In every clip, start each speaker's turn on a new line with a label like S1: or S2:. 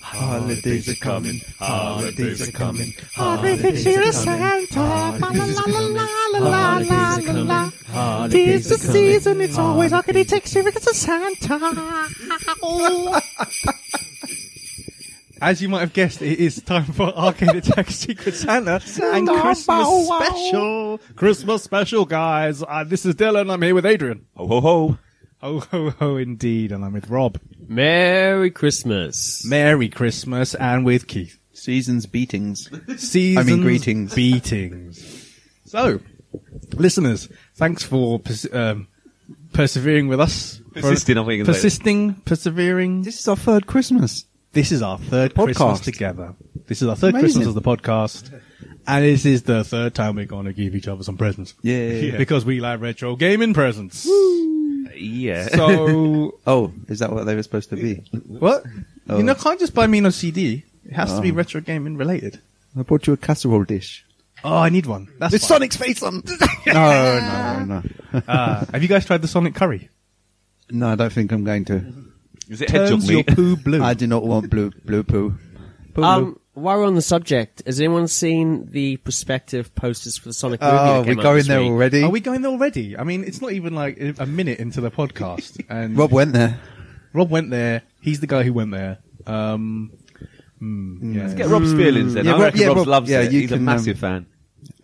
S1: Holidays are coming, holidays are coming,
S2: Everything's
S1: holidays
S2: here
S1: are
S2: is
S1: coming,
S2: Santa. La la
S1: holidays are coming,
S2: la la la la
S1: holidays
S2: la
S1: are
S2: la.
S1: coming, holidays
S2: Tis
S1: are
S2: the
S1: coming.
S2: season, it's always arcade takes you because it's Santa. Oh.
S3: As you might have guessed, it is time for Arcade Attack Secret Santa and
S2: Bow,
S3: Christmas
S2: bow, wow.
S3: special. Christmas special, guys. Uh, this is Dylan. I'm here with Adrian.
S4: Ho ho ho.
S3: Oh ho ho, indeed. And I'm with Rob.
S1: Merry Christmas.
S3: Merry Christmas, and with Keith.
S5: Season's beatings.
S3: Season
S5: greetings.
S3: beatings. So, listeners, thanks for pers- um, persevering with us. For-
S4: Persisting, I think is it.
S3: persisting, persevering.
S5: This is our third Christmas.
S3: This is our third Christmas
S5: Podcast.
S3: together. This is our third
S5: Amazing.
S3: Christmas of the podcast. And this is the third time we're going to give each other some presents.
S5: Yay. Yeah.
S3: Because we like retro gaming presents.
S4: Yeah.
S3: So,
S5: Oh, is that what they were supposed to be?
S3: what?
S5: Oh.
S3: You know, can't just buy me no CD. It has to be
S5: Oh.
S3: retro gaming related.
S5: I brought you a casserole dish.
S3: Oh, I need one. That's
S5: With
S3: fine.
S5: Sonic's face on. no, no, no, no.
S3: Ah, have you guys tried the Sonic curry?
S5: No, I don't think I'm going to.
S4: is it hedgehog
S3: Turns your
S4: meat?
S3: poo blue.
S5: I do not want blue blue poo. Poo
S1: Um, while we're on the subject, has anyone seen the prospective posters for the Sonic movie?
S5: Oh,
S1: that
S5: we're
S1: came out
S5: going
S1: this
S5: there
S1: week?
S5: already.
S3: Are we going there already? I mean, it's not even like a minute into the podcast. And
S5: Rob went there.
S3: Rob went there. He's the guy who went there. Um, hmm,
S5: Mm,
S3: yeah.
S4: Let's get Rob's feelings then.
S5: Yeah,
S4: I
S5: Rob-
S4: reckon
S5: yeah,
S4: Rob
S5: Rob-
S4: loves
S5: yeah,
S4: it.
S5: you
S4: He's
S5: can, um,
S4: a massive fan.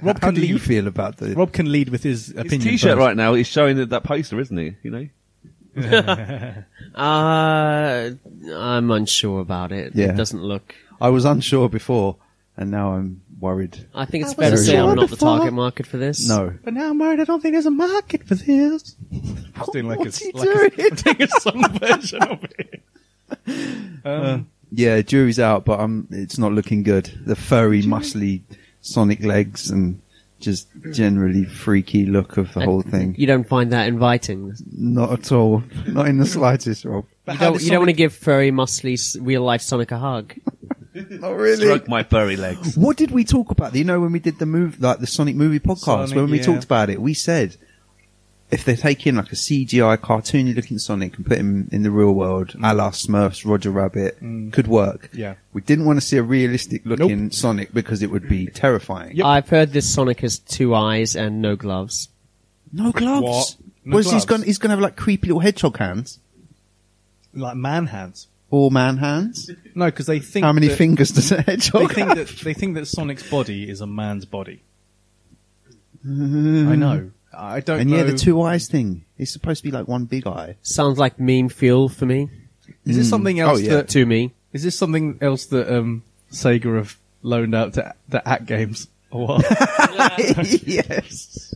S3: Rob
S5: How
S3: can
S5: do you
S3: lead-
S5: feel about the?
S3: Rob can lead with his
S4: His
S3: opinion.
S4: t-shirt
S3: first.
S4: right now is showing that, that poster, isn't he? You know?
S1: Uh, I'm unsure about it.
S5: Yeah.
S1: It doesn't look.
S5: I was unsure before, and now I'm worried.
S1: I think it's
S3: I
S1: fair to
S5: wasn't
S1: say
S5: sure
S1: I'm not the
S3: before.
S1: target market for this.
S5: No,
S3: But now I'm worried. I don't think there's a market for this. Just doing like
S5: What's
S3: a,
S5: he
S3: like a- I'm doing a song version of it. Um,
S5: yeah, jury's out, but I'm. It's not looking good. The furry, muscly, Sonic legs, and just generally freaky look of the
S1: And
S5: whole thing.
S1: You don't find that inviting.
S5: Not at all. Not in the slightest, Rob.
S1: you
S3: how
S1: don't,
S3: does
S1: you don't want to
S3: Sonic-
S1: give furry, muscly, real life Sonic a hug.
S5: Not really.
S4: Stroke my furry legs.
S5: What did we talk about? You know, when we did the move, like the Sonic movie podcast,
S3: Sonic,
S5: when we
S3: yeah.
S5: talked about it, we said if they take in like a CGI cartoony looking Sonic and put him in the real world, a la Smurfs, Roger Rabbit, could work.
S3: Mm. Yeah.
S5: We didn't want to see a realistic looking Sonic because it would be terrifying.
S1: I've heard this Sonic has two eyes and no gloves.
S5: No gloves.
S3: What? No
S5: Whereas he's
S3: gloves?
S5: gonna he's gonna have like creepy little hedgehog hands
S3: like man hands.
S5: or man hands.
S3: No, because they think
S5: How many
S3: that,
S5: fingers does a hedgehog?
S3: they think
S5: have?
S3: that they think that Sonic's body is a man's body. I know. I don't
S5: and
S3: know.
S5: yeah, the two eyes thing. It's supposed to be like one big eye.
S1: Sounds like meme fuel for me.
S3: is this something
S5: Oh,
S3: else
S5: yeah.
S3: that
S1: To me.
S3: is this something else that um, Sega have loaned out to the At Games or what?
S5: yes.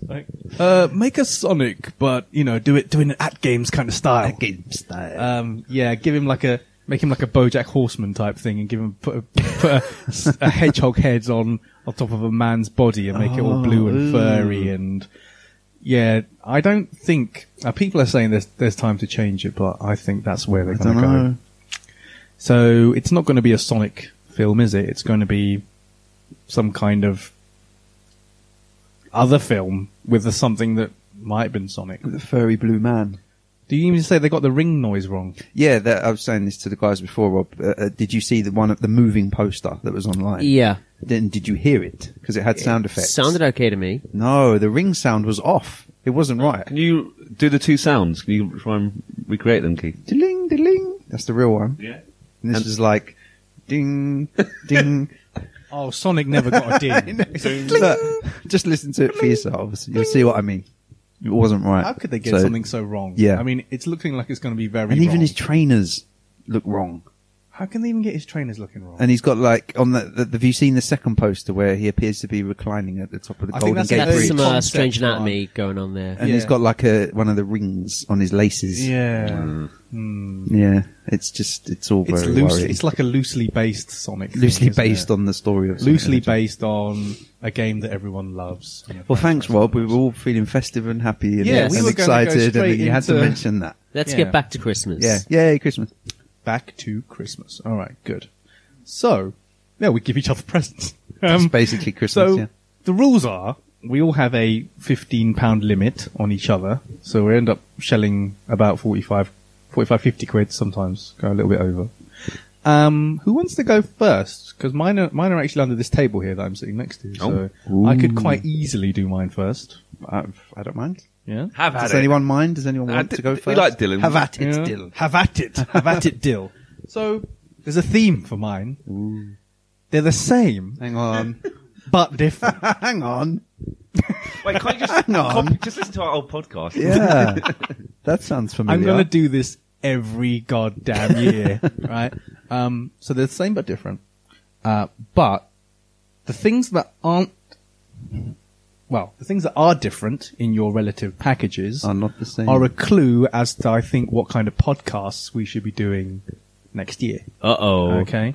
S3: uh, make a Sonic, but you know, do it doing an At Games kind of style.
S5: Game style.
S3: um, yeah, give him like a make him like a BoJack Horseman type thing, and give him put a, put a, s- a hedgehog head on on top of a man's body and make it all blue and
S5: Oh.
S3: furry and yeah. I don't think uh, people are saying there's there's time to change it, but I think that's where they're
S5: I don't
S3: going to
S5: know.
S3: go. So it's not going to be a Sonic film, is it? It's going to be some kind of other film with a, something that might have been Sonic.
S5: The furry blue man.
S3: Do you even say they got the ring noise wrong?
S5: Yeah, that, I was saying this to the guys before, Rob. Uh, uh, did you see the one of the moving poster that was online?
S1: Yeah.
S5: Then did you hear it? Because it had sound effects.
S1: Sounded okay to me.
S5: No, the ring sound was off. It wasn't right.
S4: Can you do the two sounds? Can you try and recreate them, Keith?
S5: Ding, ding. That's the real one.
S4: Yeah.
S5: And this was like, ding, ding.
S3: Oh, Sonic never got a ding.
S5: Look, just listen to it for yourselves. You'll see what I mean. It wasn't right.
S3: How could they get
S5: So-
S3: something so wrong?
S5: Yeah.
S3: I mean, it's looking like it's going to be very
S5: And even
S3: wrong.
S5: his trainers look wrong.
S3: How can they even get his trainers looking wrong?
S5: And he's got like on the, the have you seen the second poster where he appears to be reclining at the top of the
S3: I think
S5: Golden
S3: that's
S5: Gate
S3: the
S1: That's
S5: Bridge,
S1: some
S3: Concept
S1: uh, strange
S3: art.
S1: anatomy going on there.
S5: and he's
S3: Yeah.
S5: got like a one of the rings on his laces.
S3: yeah. Hmm.
S5: Yeah. It's just it's all
S3: It's
S5: very
S3: loose.
S5: worrying.
S3: It's like a loosely based Sonic. thing,
S5: loosely
S3: isn't
S5: based
S3: it?
S5: on the story of Sonic
S3: loosely
S5: the Hedgehog.
S3: based on a game that everyone loves.
S5: Well, thanks, Rob. We were all feeling festive and happy and,
S3: Yeah,
S5: and
S3: we were gonna go
S5: excited, and
S3: straight
S5: then you had to
S3: into-
S5: mention that.
S1: Let's
S3: Yeah.
S1: get back to Christmas.
S5: Yeah, yay, Christmas.
S3: Back to Christmas. All right, good. So, yeah, we give each other presents.
S5: It's
S3: Um,
S5: basically Christmas.
S3: so
S5: yeah.
S3: the rules are we all have a fifteen pound limit on each other, so we end up shelling about 45, 45 50 quid sometimes, go a little bit over. Um, who wants to go first? Because mine are mine are actually under this table here that I'm sitting next to, so
S5: Oh.
S3: I could quite easily do mine first.
S5: I, I don't mind.
S3: Yeah.
S4: Have had
S5: Does
S4: it.
S5: anyone mind? Does anyone want
S4: did-
S5: to go
S4: we
S5: first?
S4: like Dylan.
S5: Have at it,
S3: Yeah.
S5: Dylan.
S3: Have at it. Have at it, Dill. So there's a theme for mine. They're the same,
S5: Hang on.
S3: but different.
S5: Hang on.
S4: Wait, can't you just,
S5: Hang on.
S4: copy- just listen to our old podcast?
S5: Yeah, that sounds familiar.
S3: I'm going to do this every goddamn year, right? Um, so they're the same but different. Uh, but the things that aren't, well, the things that are different in your relative packages
S5: Are not the same.
S3: are a clue as to, I think, what kind of podcasts we should be doing next year.
S4: Uh oh.
S3: Okay.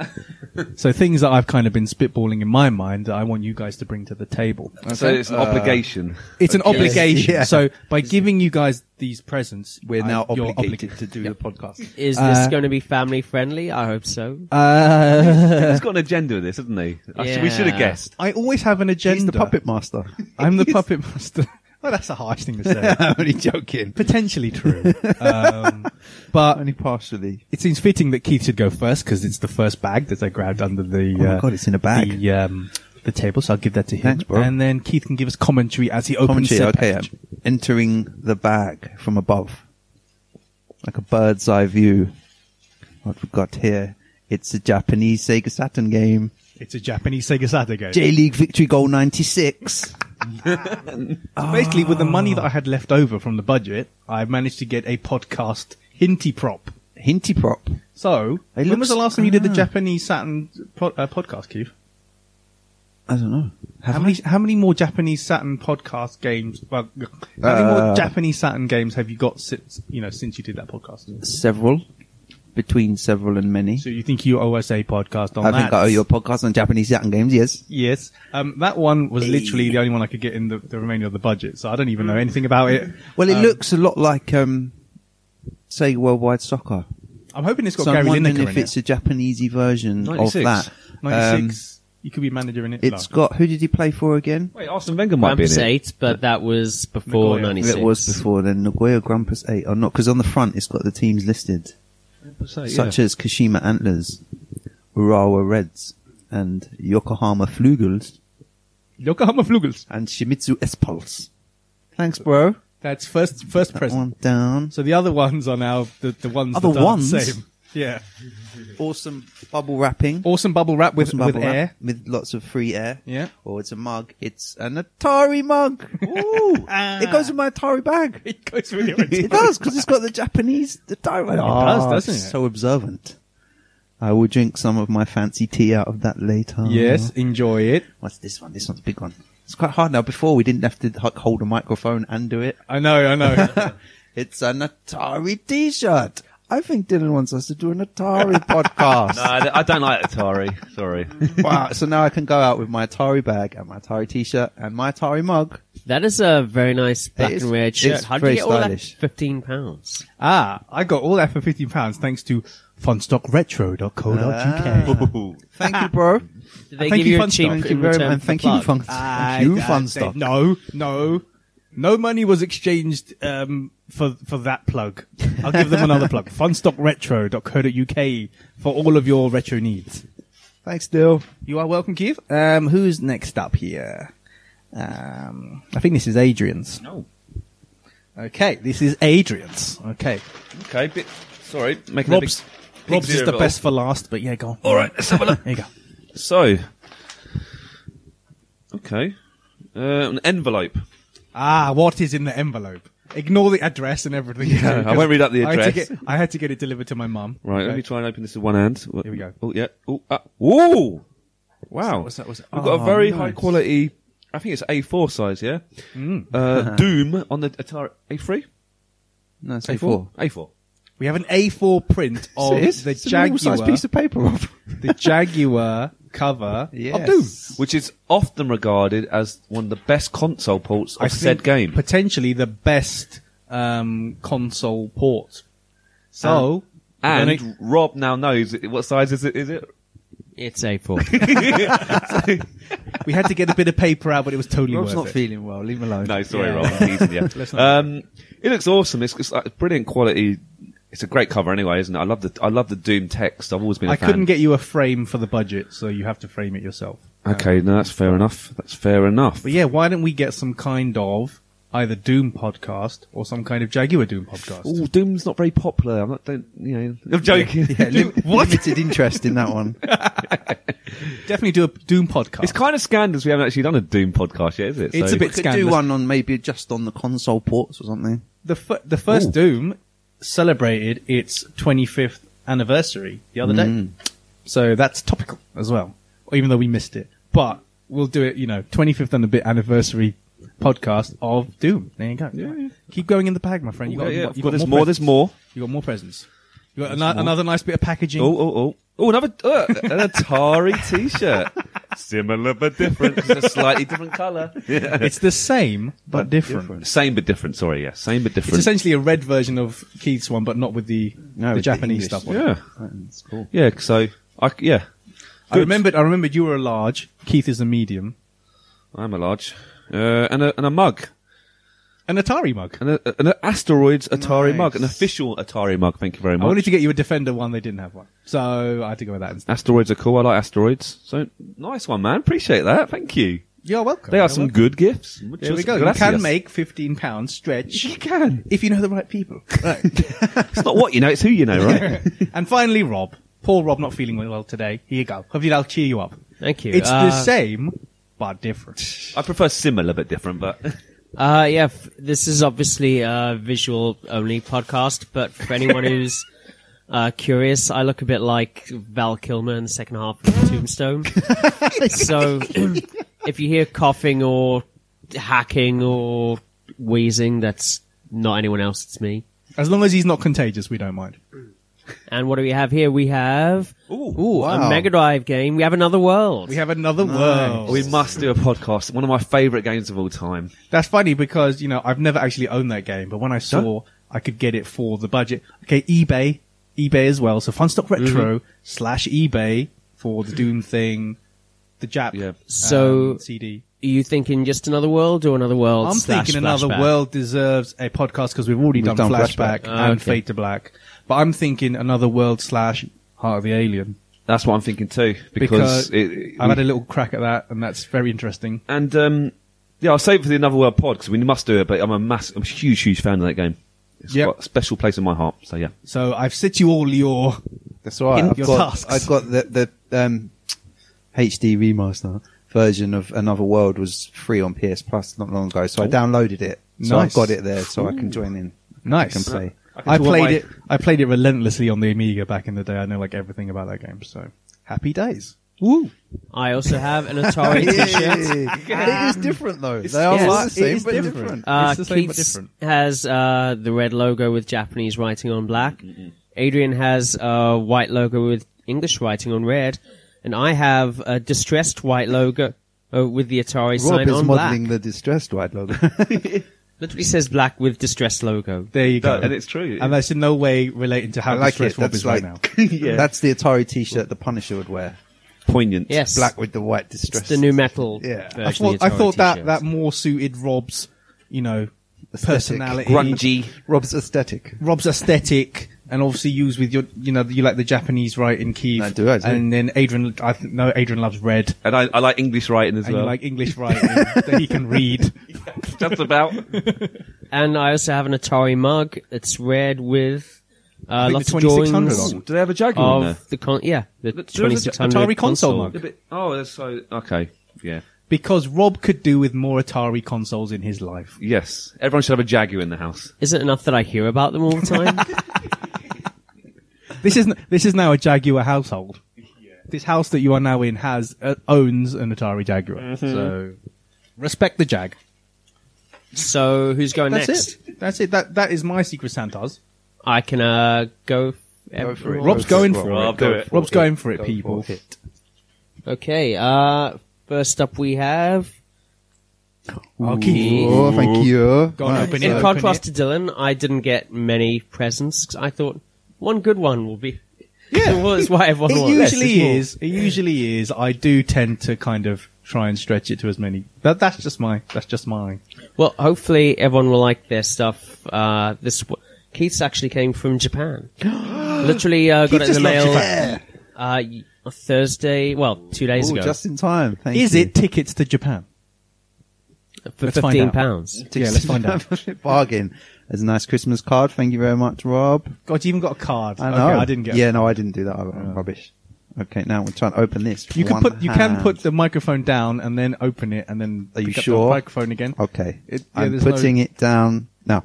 S3: so things that I've kind of been spitballing in my mind that I want you guys to bring to the table.
S4: So it's
S5: Uh,
S4: an obligation.
S3: It's an
S4: Okay.
S3: obligation.
S5: Yeah.
S3: So by giving you guys these presents,
S5: We're
S3: I-
S5: now
S3: you're
S5: obligated,
S3: obligated.
S5: to do the podcast.
S1: Is this
S3: Uh,
S1: going to be family friendly? I hope so.
S4: He's got an agenda with this, hasn't he? I should- we should have
S1: Yeah.
S4: guessed.
S3: I always have an agenda.
S5: He's the puppet master.
S3: I'm the puppet master. Well, that's a harsh thing to say.
S5: I'm only joking.
S3: Potentially true, um, but
S5: Only partially.
S3: it seems fitting that Keith should go first because it's the first bag that I grabbed under the.
S5: Oh my
S3: uh,
S5: God, it's in a bag.
S3: The, um, the table, so I'll give that to him,
S5: Thanks, bro.
S3: and then Keith can give us commentary as he opens
S5: Commentary.
S3: said
S5: Okay,
S3: package.
S5: um, entering the bag from above, like a bird's eye view. What we've got here. It's a Japanese Sega Saturn game.
S3: It's a Japanese Sega Saturn game.
S5: J League Victory Goal 96.
S3: Basically, with the money that I had left over from the budget, I managed to get a podcast hinty prop.
S5: Hinty prop.
S3: So,
S5: It
S3: when
S5: looks-
S3: was the last time you did the
S5: ah.
S3: Japanese Saturn po- uh, podcast, Keith?
S5: I don't know.
S3: How many, how many more Japanese Saturn podcast games? Well, how many more
S5: Uh,
S3: Japanese Saturn games have you got since you know since you did that podcast?
S5: Several. Between several and many.
S3: So you think you owe us a podcast on
S5: I
S3: that?
S5: think I owe you a podcast on Japanese Saturn games, yes.
S3: Yes, um, that one was literally the only one I could get in the, the remainder of the budget, so I don't even know anything about it.
S5: Well, it
S3: Um,
S5: looks a lot like, um, say, Worldwide Soccer.
S3: I'm hoping it's got
S5: So I'm
S3: Gary
S5: wondering
S3: Lineker
S5: if
S3: in
S5: it's
S3: it.
S5: a Japanesey version of that. Um,
S3: 96. you could be manager in it.
S5: it's
S3: No.
S5: got, who did he play for again?
S4: Wait, Arsene Wenger might
S1: Krampus
S4: be in it.
S1: eight, but that was before
S3: Nagoya.
S1: ninety six.
S5: It was before then, Nagoya Grampus 8 or not, because on the front it's got the teams listed, such as Kashima Antlers, Urawa Reds, and Yokohama Flugels,
S3: Yokohama Flugels.
S5: and Shimizu S-Pulse. Thanks, bro.
S3: That's first first present.
S5: One down.
S3: So the other ones are now the, the ones
S5: Other
S3: that are
S5: ones?
S3: the same. Yeah.
S5: Awesome bubble wrapping.
S3: Awesome bubble wrap with,
S5: Awesome
S3: with
S5: bubble wrap
S3: air.
S5: with lots of free air.
S3: Yeah.
S5: Or it's a mug. It's an Atari mug. Ooh, it goes in my Atari bag.
S3: It goes really ridiculous.
S5: It does because it's got the Japanese Atari. It
S3: does, doesn't it?
S5: So observant. I will drink some of my fancy tea out of that later.
S3: Yes, enjoy it.
S5: What's this one? This one's a big one. It's quite hard now. Before we didn't have to h- hold a microphone and do it.
S3: I know, I know.
S5: It's an Atari T-shirt. I think Dylan wants us to do an Atari podcast.
S4: No, I don't- I don't like Atari. Sorry.
S5: wow, so now I can go out with my Atari bag and my Atari t-shirt and my Atari mug.
S1: That is a very nice black
S5: is-
S1: and red shirt.
S5: it's
S1: How did
S5: very
S1: you get all that?
S5: stylish.
S1: Fifteen pounds.
S3: ah, I got all that for fifteen pounds thanks to funstockretro.co.uk. Ah,
S5: Thank you, bro.
S1: Did they
S3: Thank
S1: give
S3: you,
S1: you, a
S3: Funstock.
S1: cheap
S3: Thank
S5: Thank
S1: in
S5: you very
S1: return
S5: much. And
S1: for
S5: thank you,
S1: plug?
S5: fun, thank you, fun stuff.
S3: No, no, no money was exchanged um, for for that plug. I'll give them another plug. Funstockretro.co.uk for all of your retro needs.
S5: Thanks, Dill.
S3: You are welcome, Keith. Um, who's next up here? Um, I think this is Adrian's.
S4: no.
S3: Okay, this is Adrian's. Okay,
S4: Okay, bit. Sorry, making
S3: Rob's.
S4: a big, big
S3: Rob's is
S4: zero
S3: the
S4: of it
S3: best for last, but yeah, go on.
S4: All right, let's have a look.
S3: There you go.
S4: all. So, okay, uh, an envelope.
S3: Ah, what is in the envelope? Ignore the address and everything.
S4: Yeah, I won't read out the
S3: I had, to
S4: address.
S3: get, I had to get it delivered to my mum.
S4: Right, let
S3: Okay.
S4: me try and open this with one hand. Here
S3: we go.
S4: Oh yeah. Oh, ah. Ooh. Wow.
S3: What's that? What's that?
S4: We've got a
S3: Oh,
S4: very
S3: nice. Hmm.
S4: high quality. I think it's A4 size. Yeah. Uh, Doom on the Atari A3.
S5: No, it's A4.
S4: A4.
S3: We have an A4 print of the Jaguar,
S5: size piece of paper. Rob.
S3: the Jaguar cover.
S5: Yes.
S4: Which is often regarded as one of the best console ports of
S3: I
S4: said
S3: think
S4: game.
S3: potentially the best um, console port. So
S4: and
S3: we're gonna-
S4: Rob now knows it- what size is it? Is it?
S1: It's A4.
S3: we had to get a bit of paper out, but it was totally
S5: Rob's not
S3: worth it.
S5: feeling well. Leave him alone.
S4: No, sorry,
S3: Yeah.
S4: Rob. I'm teasing you. um, it looks awesome. It's, it's like brilliant quality. It's a great cover anyway, isn't it? I love the I love the Doom text. I've always been. a
S3: I
S4: fan.
S3: couldn't get you a frame for the budget, so you have to frame it yourself.
S4: Okay, no, that's fair enough. That's fair enough.
S3: But yeah, why don't we get some kind of either Doom podcast or some kind of Jaguar Doom podcast?
S4: Oh, Doom's not very popular. I'm not, don't, you know. I'm joking.
S5: Yeah, lim- limited interest in that one.
S3: Definitely do a Doom podcast.
S4: It's kind of scandalous we haven't actually done a Doom podcast yet, is it?
S3: It's a
S5: We
S3: bit-
S5: could do
S3: scandalous.
S5: one on maybe just on the console ports or something.
S3: the f- the first
S5: Ooh.
S3: Doom celebrated its 25th anniversary the other
S4: Mm.
S3: day, so that's topical as well. Even though we missed it, but we'll do it. You know, 25th and a bit anniversary podcast of Doom. There you go. Keep going in the bag, my friend. You
S4: Yeah,
S3: got,
S4: yeah.
S3: you
S4: Well,
S3: got
S4: there's more, there's
S3: presents.
S4: more.
S3: You got more presents. You got ano- another nice bit of packaging.
S4: Oh, oh, oh. Oh, another uh, an Atari T-shirt, similar but different. It's a slightly different color.
S3: It's the same but different.
S4: Same but different. Sorry, yeah, same but
S3: It's
S4: different.
S3: essentially a red version of Keith's one, but not with the
S5: No,
S3: the
S5: with the
S3: Japanese
S5: English
S3: stuff. on it.
S4: yeah,
S5: That's cool.
S4: yeah. So, I c yeah,
S3: I remembered. I remembered you were a large. Keith is a medium.
S4: I'm a large, uh, and a and a mug,
S3: An Atari mug.
S4: and a, an asteroids Atari
S5: Nice.
S4: mug, an official Atari mug. Thank you very
S3: I wanted
S4: much.
S3: to get you a Defender one. They didn't have one, so I had to go with that instead.
S4: Asteroids are cool. I like asteroids. So nice one, man. Appreciate that. Thank you.
S3: You're welcome.
S4: They are some good gifts.
S3: There we
S4: Muchas
S3: go. You
S4: gracias.
S3: can make fifteen pounds stretch
S4: You can.
S3: if you know the right people.
S4: It's not what you know, it's who you know, right?
S3: and finally, Rob. Poor Rob, not feeling well today. Here you go. Hopefully, I'll cheer you up.
S1: Thank you.
S3: It's
S1: Uh,
S3: the same but different.
S4: I prefer similar but different, but
S1: Uh, yeah, f- this is obviously a visual only podcast, but for anyone who's uh, curious, I look a bit like Val Kilmer in the second half of Tombstone. so if you hear coughing or hacking or wheezing, that's not anyone else, it's me.
S3: As long as he's not contagious, we don't mind.
S1: And what do we have here? We have ooh,
S5: wow.
S1: a Mega Drive game. We have another world.
S3: We have another world.
S4: we must do a podcast. One of my favourite games of all time.
S3: That's funny because you know I've never actually owned that game, but when I saw I could get it for the budget. Okay, eBay, eBay as well. So Funstock Retro slash eBay for the Doom thing, the Jap
S4: Yeah.
S1: So-
S3: um, CD.
S1: Are you thinking just another world or another world?
S3: I'm
S1: slash
S3: thinking another
S1: flashback?
S3: world deserves a podcast because we've already done,
S5: done
S3: flashback,
S5: Flashback.
S1: Ah,
S3: and
S1: okay.
S3: Fade to Black, but I'm thinking another world slash Heart of the Alien
S4: That's what I'm thinking too. Because, it, it-
S3: I've had a little crack at that and that's very interesting.
S4: and um yeah, I'll save it for the another world pod because we must do it, but I'm a mass I'm a huge, huge fan of that game. It's
S3: Yep.
S4: got a special place in my heart. So yeah.
S3: So I've set you all your
S5: That's all right.
S3: In
S5: I've
S3: your
S5: got,
S3: tasks.
S5: I've got the, the um, HD remaster version of Another World was free on PS Plus not long ago, so I downloaded it. So
S3: Nice.
S5: I've got it there, so I can join in.
S3: Nice.
S5: I can play.
S3: I,
S4: talk
S3: played
S4: my-
S3: it. I played it relentlessly on the Amiga back in the day. I know like everything about that game. So happy days. Woo!
S1: I also have an Atari T-shirt.
S5: It is different though. They
S3: Oh,
S5: are
S1: yes,
S5: like the
S3: it
S5: same,
S3: is
S5: but
S3: different.
S5: different.
S1: Uh,
S3: It's the same but
S1: Keats
S3: different.
S1: has uh, the red logo with Japanese writing on black. Adrian has a white logo with English writing on red, and I have a distressed white logo uh, with the
S5: Rob
S1: Atari sign
S5: is
S1: on
S5: modelling
S1: black.
S5: the distressed white logo.
S1: Literally says black with distressed logo.
S3: There you go.
S4: and it's true.
S3: And that's in no way relating to how
S5: I like it.
S3: distressed Rob
S5: That's
S3: is
S5: like
S3: right now.
S5: that's the Atari T-shirt the Punisher would wear.
S4: Poignant.
S1: Yes,
S5: Black with the white
S1: It's
S5: distressed.
S1: the new metal.
S5: Yeah.
S1: version
S3: I
S1: of
S3: thought,
S1: the
S3: I
S1: Atari
S3: thought that
S1: t-shirts.
S3: that more suited Rob's, you know,
S5: Aesthetic.
S3: personality,
S4: Grungy.
S5: Rob's aesthetic.
S3: Rob's aesthetic, and obviously used with your, you know, you like the Japanese writing, Keith.
S5: I do, I do.
S3: And then Adrian, I th- know Adrian loves red,
S4: And I, I like English writing as
S3: and
S4: well.
S3: you like English writing that he can read.
S4: Just about.
S1: and I also have an Atari mug. It's red with uh,
S3: think
S1: lots
S3: the
S1: of
S3: 2600
S1: drawings
S3: on.
S4: Do they have a Jaguar on there?
S1: of the con- yeah the
S4: Look, there is a
S1: 2600
S3: Atari console mug.
S4: Yeah, but- oh, that's so okay. Yeah.
S3: because Rob could do with more Atari consoles in his life.
S4: Yes, everyone should have a Jaguar in the house.
S1: Is it enough that I hear about them all the time?
S3: This is this is now a Jaguar household. This house that you are now in has uh, owns an Atari Jaguar. So respect the Jag.
S1: so who's going
S3: That's
S1: next?
S3: it. That's it. That that is my secret Santa's.
S1: I can uh, go.
S4: for
S1: Oh,
S4: it.
S3: Rob's
S4: Go
S3: going
S4: for it,
S3: for
S4: Rob,
S3: it.
S4: do it.
S3: Rob's going for it, people.
S1: Okay. Uh, first up, we have.
S3: I'll keep.
S5: Oh, thank you.
S3: Go on,
S5: Right.
S3: open it.
S1: In
S3: open
S1: contrast
S3: it.
S1: to Dylan, I didn't get many presents 'cause I thought one good one will be. Yeah, was what everyone
S3: it
S1: wants.
S3: usually
S1: It's more-
S3: is. It usually is. I do tend to kind of try and stretch it to as many. That that's just my that's just my.
S1: Well, hopefully everyone will like their stuff. Uh, this w- Keith's actually came from Japan. Literally uh, got it in the mail uh, y- on Thursday. Well, two days
S5: Oh,
S1: ago
S5: just in time. Thank
S3: Is
S5: you.
S3: it tickets to Japan?
S1: for
S3: Let's find
S1: fifteen
S3: out.
S1: pounds.
S3: Yeah, let's find out.
S5: Bargain. There's a nice Christmas card. Thank you very much, Rob.
S3: God, you even got a card.
S5: I know.
S3: Okay, I didn't get. Oh.
S5: Yeah, no, I didn't do that. I- I'm rubbish. Okay, now we're trying to open this.
S3: You can
S5: One
S3: put you can
S5: hand.
S3: put the microphone down and then open it and then
S5: Are you
S3: pick up the
S5: sure? Oh.
S3: microphone again.
S5: Okay,
S3: It- yeah,
S5: I'm
S3: there's no-
S5: putting it down now.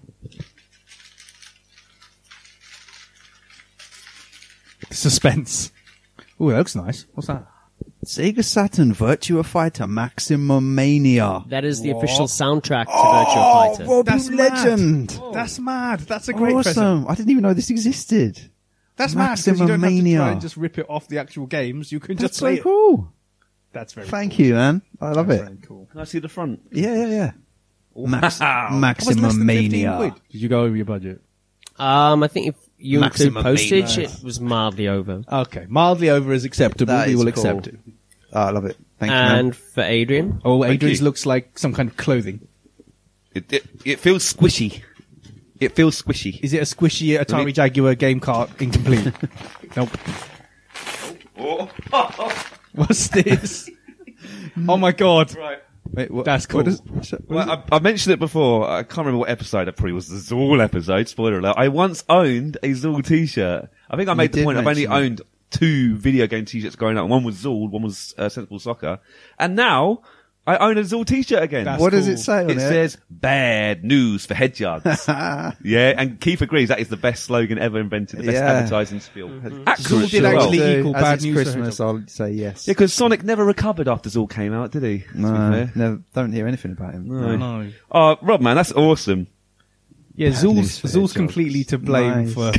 S3: Suspense. Ooh, that looks nice. What's that?
S5: Sega Saturn Virtua Fighter Maximum Mania.
S1: That is the official soundtrack to
S5: oh,
S1: Virtual Fighter.
S5: Rob, you legend.
S3: That's mad. That's a great
S5: Awesome.
S3: present.
S5: I didn't even know this existed.
S3: That's mad because you
S5: Maximum
S3: don't
S5: mania.
S3: have to try and just rip it off the actual games. You can
S5: That's
S3: just play
S5: so cool.
S3: it. That's very
S5: Thank you, man. I love
S3: That's
S5: it.
S3: very cool.
S4: Can I see the front?
S5: Yeah, yeah, yeah. Max-
S3: That was less
S5: maximum
S3: than 15
S5: mania.
S3: quid. Did you go over your budget?
S1: Um, I think if you include
S4: Maximum
S1: postage,
S4: maintenance.
S1: it was mildly over.
S3: Okay, mildly over is acceptable.
S5: That
S3: we
S5: is
S3: will
S5: cool.
S3: accept it.
S5: Oh, I love it. Thank you. Man.
S1: And for Adrian,
S3: Oh,
S4: Thank
S3: Adrian's
S4: you.
S3: looks like some kind of clothing.
S4: It, it, it feels squishy. It feels squishy.
S3: Is it a squishy Atari Jaguar game cart incomplete? nope.
S4: Oh,
S3: What's this? oh my god.
S4: Right.
S3: Wait, what- That's cool.
S4: Well, I, I mentioned it before. I can't remember what episode it probably was. The Zool episode. Spoiler alert. I once owned a Zool t-shirt. I think I made the
S5: did
S4: point. I've only
S5: mention it.
S4: owned two video game t-shirts growing up. One was Zool. One was uh, Sensible Soccer. And now I own a Zool t-shirt again.
S3: That's
S5: What does
S3: cool.
S5: it say on
S4: it says bad news for headyards. yeah, and Keith agrees that is the best slogan ever invented, the best
S5: Yeah.
S4: advertising spiel.
S5: Mm-hmm.
S3: Zool
S4: Accurate
S3: did
S4: as well.
S3: actually-
S5: So,
S3: equal
S5: as
S3: bad
S5: it's
S3: news for
S5: Christmas, I'll say yes.
S4: Yeah, because Sonic never recovered after Zool came out, did he? To be
S5: No,
S4: fair.
S5: never, don't hear anything about him.
S4: No.
S3: No.
S4: Oh, Rob, man, that's awesome.
S3: Yeah,
S5: news
S3: Zool's,
S5: for
S3: Zool's
S5: hedgehogs.
S3: completely to blame
S5: Nice.
S3: for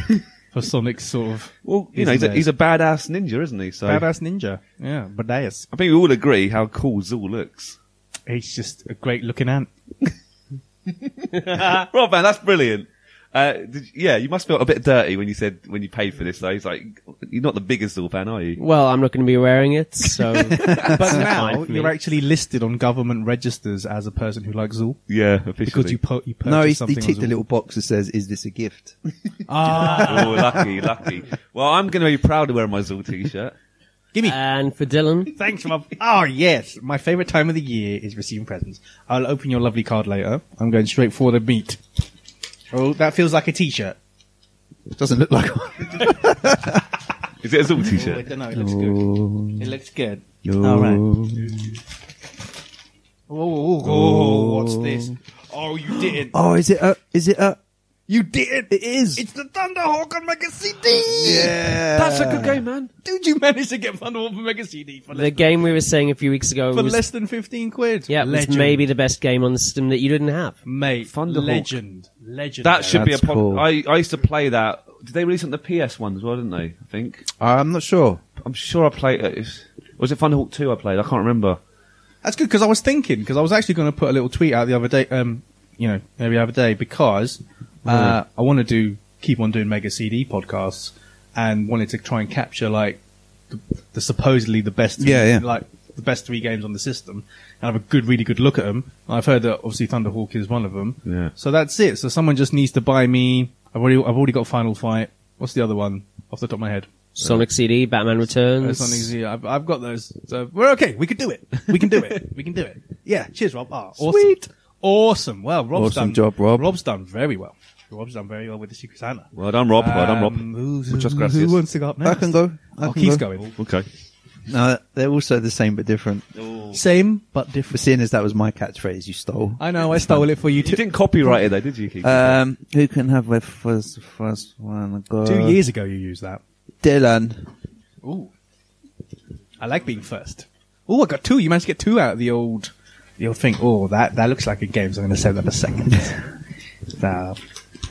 S3: for Sonic's sort of
S4: Well, you know, he's
S3: Isn't
S4: a,
S3: it?
S4: he's a badass ninja, isn't he? So
S3: badass ninja. Yeah, badass.
S4: I think we all agree how cool Zool looks.
S3: He's just a great looking ant.
S4: Rob, man, that's brilliant. Uh, did, yeah, you must feel a bit dirty when you said when you paid for this. Though he's like, you're not the biggest Zool fan, are you?
S1: well, I'm not going to be wearing it, so. but
S3: But now Oh, you're actually listed on government registers as a person who likes Zool
S4: Yeah, officially.
S3: because you, pu- you purchased
S5: No, he's, he
S3: something. on
S5: ticked
S3: Zool.
S5: the
S3: Ah,
S5: little box that says, "Is this a gift?"
S4: oh, lucky, lucky. Well, I'm going to be proud to wear my Zool t-shirt.
S1: And for Dylan,
S3: Thanks, Rob. Oh, yes. My favorite time of the year is receiving presents. I'll open your lovely card later. I'm going straight for the meat. Oh, that feels like a t-shirt.
S5: Doesn't look like one.
S4: Is it a Zool
S3: Oh, I
S4: t-shirt?
S3: don't know. It looks good. It looks good.
S5: All
S3: right.
S5: right.
S3: Oh, what's this? Oh, you didn't.
S5: Oh, is it a? Is it a?
S3: You didn't.
S5: It is.
S3: It's the Thunderhawk on Mega CD.
S5: yeah.
S4: That's a good game, man.
S3: Dude, you managed to get Thunderhawk on Mega CD for,
S1: uh, the
S3: less,
S1: game we were saying a few weeks ago
S3: for
S1: was,
S3: less than 15 quid.
S1: yeah, was
S3: legend.
S1: maybe the best game on the system that you didn't have.
S3: Mate,
S4: Thunderhawk.
S3: legend. Legend.
S4: That should be a
S5: That's
S4: pod-
S5: cool.
S4: I, I used to play that. Did they release it on the PS one as well? Didn't they? I think.
S5: I'm not sure.
S4: I'm sure I played it. It's- Was it Thunderhawk two? I played. I can't remember.
S3: That's good because I was thinking because I was actually going to put a little tweet out the other day, um, you know, every other day because uh, I want to do keep on doing mega CD podcasts and wanted to try and capture like the, the supposedly the best,
S5: Yeah, yeah.
S3: like the best three games on the system and have a good, really good look at them. I've heard that obviously Thunderhawk is one of them.
S4: Yeah.
S3: So that's it. So someone just needs to buy me. I've already, I've already got Final Fight. What's the other one off the top of my head?
S1: Sonic CD, Batman
S3: Uh,
S1: Returns.
S3: It's not easy. I've, I've got those. So we're okay. We can do it. We can do it. We can do it. Yeah. Cheers, Rob. Ah, awesome.
S5: Sweet.
S3: Awesome. Well, Rob's
S5: Awesome
S3: done.
S5: job, Rob.
S3: Rob's done very well. Rob's done very well with the Secret Santa.
S4: Well done, Rob. well done,
S3: Um,
S4: Rob.
S3: who's-
S4: Muchas
S3: who,
S4: gracias.
S3: wants to go up next?
S5: I can go. I
S3: oh,
S5: can
S3: Keith's
S5: go.
S3: going.
S4: Okay.
S5: No, they're also the same but different.
S3: Same but
S5: But
S3: different.
S5: seeing as that was my catchphrase you stole.
S3: I know. I stole it for you
S4: You
S3: two,
S4: didn't copyright it though, did you? Keith?
S3: Uh,
S5: Um, who can have their first, first one? Go.
S3: two years ago. You used that.
S5: Dylan.
S3: Ooh, I like being first. Ooh, I got two. You managed to get two out of the old, the old thing. Oh, that that looks like a game. So I'm going to save that for second. Now,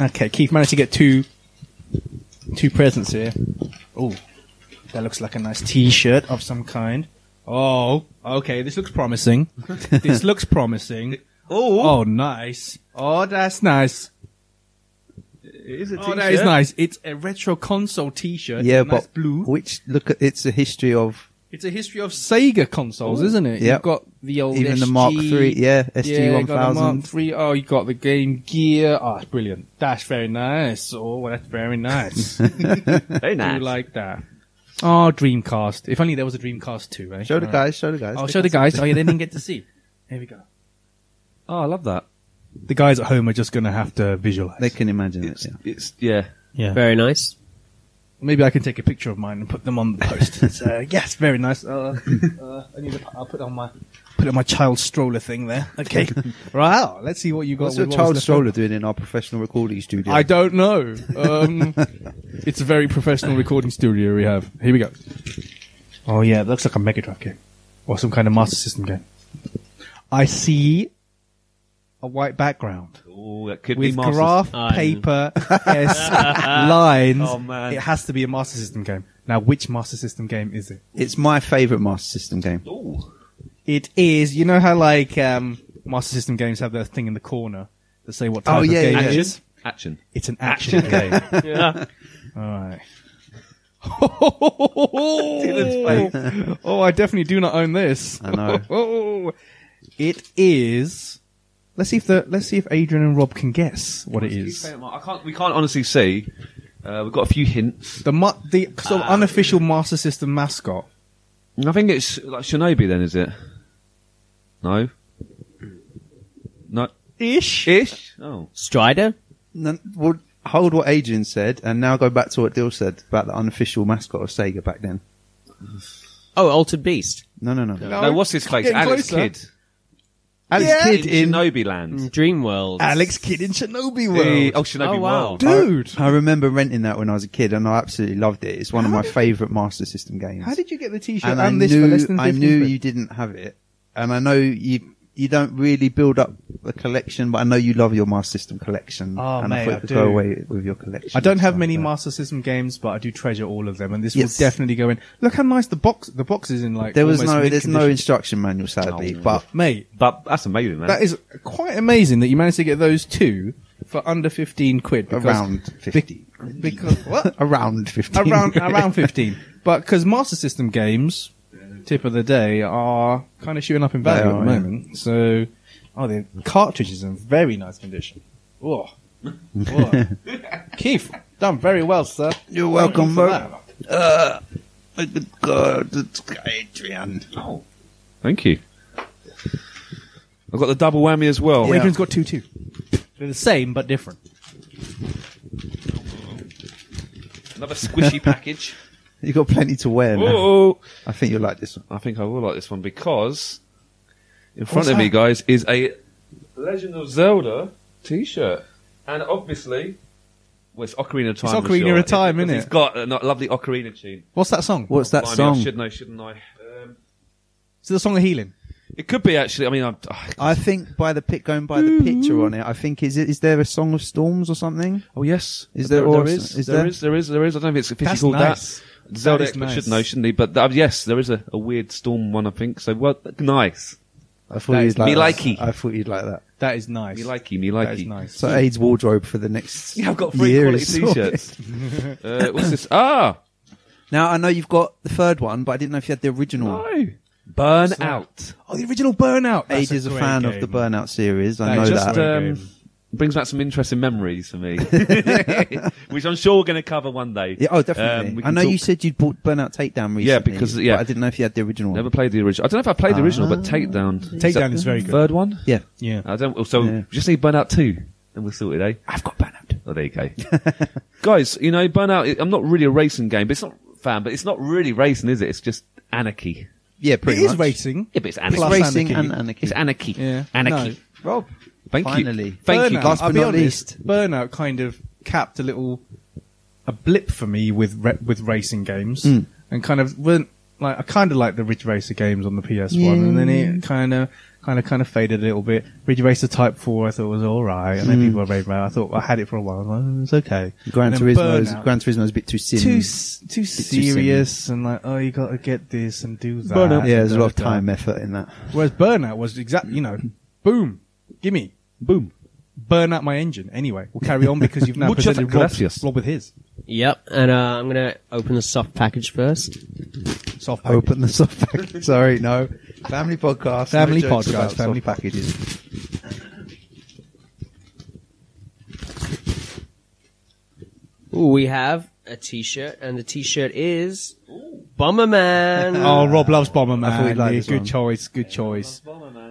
S3: okay, Keith managed to get two, two presents here. Ooh, that looks like a nice T-shirt of some kind. Oh, okay, this looks promising. this looks promising. Oh, nice. Oh, that's nice.
S4: it is a
S3: Oh, that is
S4: t-shirt.
S3: nice. It's a retro console T-shirt.
S5: Yeah,
S3: It's a nice
S5: but
S3: blue.
S5: which look at it's a history of
S3: It's a history of Sega consoles, isn't it?
S5: Yeah.
S3: You've got the old
S5: even
S3: SG,
S5: the Mark Three, yeah, SG
S3: yeah, you
S5: One
S3: got the Mark
S5: Thousand.
S3: Three. Oh, you got the Game Gear. Oh, it's brilliant. That's very nice. Oh, that's very nice. I do
S4: Very nice.
S3: like that. Oh, Dreamcast. If only there was a Dreamcast too, eh?
S5: Show the
S3: Alright.
S5: guys, show the guys.
S3: Oh, show the guys. Oh, yeah, they didn't get to see. Here we go.
S4: oh, I love that.
S3: The guys at home are just going to have to visualize.
S5: They can imagine it.
S4: It's
S5: Yeah.
S4: it's yeah.
S3: yeah.
S1: Very nice.
S3: Maybe I can take a picture of mine and put them on the post. It's, uh, yes, very nice. Uh, uh, I need to, I'll put on my put on my child stroller thing there. Okay, right. Let's see what you got.
S5: What's your
S3: with- what was
S5: child
S3: left
S5: stroller
S3: over.
S5: doing in our professional recording studio?
S3: I don't know. Um, it's a very professional recording studio we have. Here we go. Oh yeah, it looks like a Mega Drive game or some kind of Master System game. I see a white background
S4: Oh, that could
S3: with
S4: be Masters.
S3: graph
S1: I'm-
S3: paper s lines.
S4: Oh, man.
S3: It has to be a Master System game. Now, which Master System game is it?
S5: It's my favourite Master System game.
S4: Ooh.
S3: It is. You know how like um, Master System games have their thing in the corner that say what type
S5: Oh, yeah,
S3: of game
S5: yeah.
S3: it
S4: Action.
S3: is.
S4: Action.
S3: It's an action game. All right. oh, I definitely do not own this.
S5: I know.
S3: Oh, it is. Let's see if the let's see if Adrian and Rob can guess what it is.
S4: I can't. We can't honestly see. Uh, we've got a few hints.
S3: The ma- the sort of unofficial Master System mascot.
S4: I think it's like Shinobi. Then is it? No. No.
S3: Ish.
S4: Ish. Oh.
S1: Strider?
S5: No, well, hold what Adrian said, and now go back to what Dill said about the unofficial mascot of Sega back then.
S1: Oh, Altered Beast.
S5: No, no, no.
S4: No. what's his face?
S3: Getting
S4: Alex
S3: closer.
S4: Kidd.
S5: Alex
S3: Yeah.
S5: Kidd
S4: in
S5: in.
S4: Shinobi Land.
S1: Dream World.
S3: Alex Kidd in Shinobi
S4: The-
S3: World.
S4: oh, Shinobi
S1: Oh, wow.
S4: World.
S3: Dude,
S5: I remember renting that when I was a kid, and I absolutely loved it. It's one of my favourite Master System games.
S3: how did you get the T-shirt
S5: and
S3: and,
S5: I
S3: this for less
S5: knew
S3: than
S5: I
S3: 15
S5: knew
S3: quid?
S5: you didn't have it, and I know you you don't really build up a collection, but I know you love your Master System collection,
S3: Oh,
S5: and
S3: mate,
S5: I thought
S3: I
S5: it could go
S3: do.
S5: away with your collection.
S3: I don't
S5: and
S3: have
S5: stuff
S3: many
S5: like that.
S3: Master System games, but I do treasure all of them, and this
S5: Yes.
S3: will definitely go in. Look how nice the box the box is in. Like
S5: There was
S3: almost
S5: no
S3: mint
S5: there's no
S3: condition.
S5: instruction manual sadly,
S4: Oh.
S5: but
S3: mate.
S4: But that's amazing, man.
S3: That is quite amazing that you managed to get those two for under fifteen quid. Because,
S5: Around 15.
S3: be- because what?
S5: around fifteen.
S3: around around fifteen. But because Master System games, tip of the day, are kind of shooting up in value
S5: They
S3: at the
S5: are, yeah.
S3: moment. So, oh, the cartridges in very nice condition. Oh, oh. Keith, done very well, sir.
S5: You're welcome,
S3: Thank you for
S5: bro.
S3: that.
S5: Uh, my good God, it's Adrian.
S4: Thank you. I've got the double whammy as well.
S3: Oh, Adrian's got two too. They're the same but different.
S4: Another squishy package.
S5: You've got plenty to wear. Now.
S4: Oh,
S5: I think you'll like this one.
S4: I think I will like this one because in front
S3: What's
S4: of me,
S3: that?
S4: guys, is a Legend of Zelda T-shirt, and obviously, well, it's Ocarina of Time. I'm
S3: Ocarina
S4: sure.
S3: of Time,
S4: Because
S3: innit?
S4: It's got a no- lovely Ocarina tune.
S3: What's that song?
S5: What's that
S4: Blimey, I
S5: song?
S4: should know, shouldn't I? Um,
S3: Is it the song of healing?
S4: it could be actually. I mean, I'm, ah,
S5: I think by the pic going by the picture on it, I think is it is there a song of storms or something?
S4: oh yes,
S5: Is there
S4: there
S5: or-
S4: is,
S5: is
S4: there
S5: there?
S4: is, there is, there is. I don't know if it's officially
S3: That's
S4: called
S3: nice.
S4: that. Zelda
S3: That is
S4: Expert
S3: nice.
S4: should know, shouldn't he? But uh, yes, there is a, a weird storm one, I think. So what? Nice,
S5: I thought
S3: That
S5: you'd
S3: is
S5: like
S4: Miliki.
S5: that. I thought you'd like that.
S3: That is nice.
S4: me likey, me
S3: That is
S4: likey.
S3: nice.
S5: So Aid's wardrobe for the next.
S4: Yeah, I've got three
S5: year
S4: quality
S5: is sorted.
S4: T-shirts. uh, what's this? Ah,
S5: Now I know you've got the third one, but I didn't know if you had the original. one.
S4: no. Burn out.
S3: Oh, the original Burnout.
S5: Aid is a, fan of the Burnout series. I
S3: That
S5: know
S3: is just
S5: that.
S4: Just
S3: Great
S4: um,
S3: game.
S4: brings back some interesting memories for me, which I'm sure we're going to cover one day.
S5: yeah, oh, definitely.
S4: Um, we
S5: I
S4: can
S5: know
S4: talk-
S5: you said you'd bought Burnout Takedown recently.
S4: Yeah, because- yeah.
S5: but I didn't know if you had the original. one.
S4: Never played the original. I don't know if I played the original, but Takedown.
S3: Takedown is very good.
S4: Third one.
S5: Ah. Yeah.
S3: Yeah.
S4: I don't. oh, So
S5: Yeah.
S4: we just need Burnout two, and we're sorted, eh?
S5: I've got Burnout.
S4: Oh, there you go, guys. You know, Burnout. I'm not really a racing game, but it's not fan, but it's not really racing, is it? It's just anarchy.
S5: yeah, pretty
S3: it is
S5: much.
S3: racing.
S4: Yeah, but it's
S5: It's
S4: anarchy.
S3: Plus
S5: racing
S3: anarchy.
S5: and anarchy.
S4: It's anarchy.
S3: Yeah.
S4: Anarchy.
S5: Rob,
S4: Thank
S5: finally.
S4: you. Thank you.
S5: Burnout.
S4: Last-
S5: but not least.
S3: Burnout kind of capped a little a blip for me with re- with racing games,
S5: Mm.
S3: and kind of weren't like I kind of liked the Ridge Racer games on the PS1, and then it kind of kind of kind of faded a little bit. Ridge Racer Type Four I thought was all right, and then
S5: Mm.
S3: people were raving about. it. I thought I had it for a while, I was like, "Oh, it's okay.
S5: Gran
S3: And then
S5: Turismo, is,
S3: Burnout,
S5: Gran Turismo is a bit too sin.
S3: Too s- too
S5: too
S3: serious and like oh you got to get this and do that.
S5: yeah, there's a lot of
S3: Da, da, da.
S5: time effort in that.
S3: Whereas burnout was exactly, you know, boom, gimme, boom, burn out my engine. Anyway, we'll carry on because you've now
S4: Muchas
S3: presented Rob,
S4: gracias.
S3: Rob with his
S1: Yep, and uh, I'm gonna open the soft package first.
S3: soft package.
S5: Open the soft package. Sorry, no. Family podcast. no
S3: Family
S5: jokes
S3: podcast,
S5: about
S3: family
S5: soft packages.
S1: Ooh, we have a T-shirt, and the T-shirt is Bomberman.
S3: Oh, Rob loves Bomberman.
S5: I thought he'd like
S3: Yeah,
S5: this
S3: good
S5: one.
S3: choice, good choice,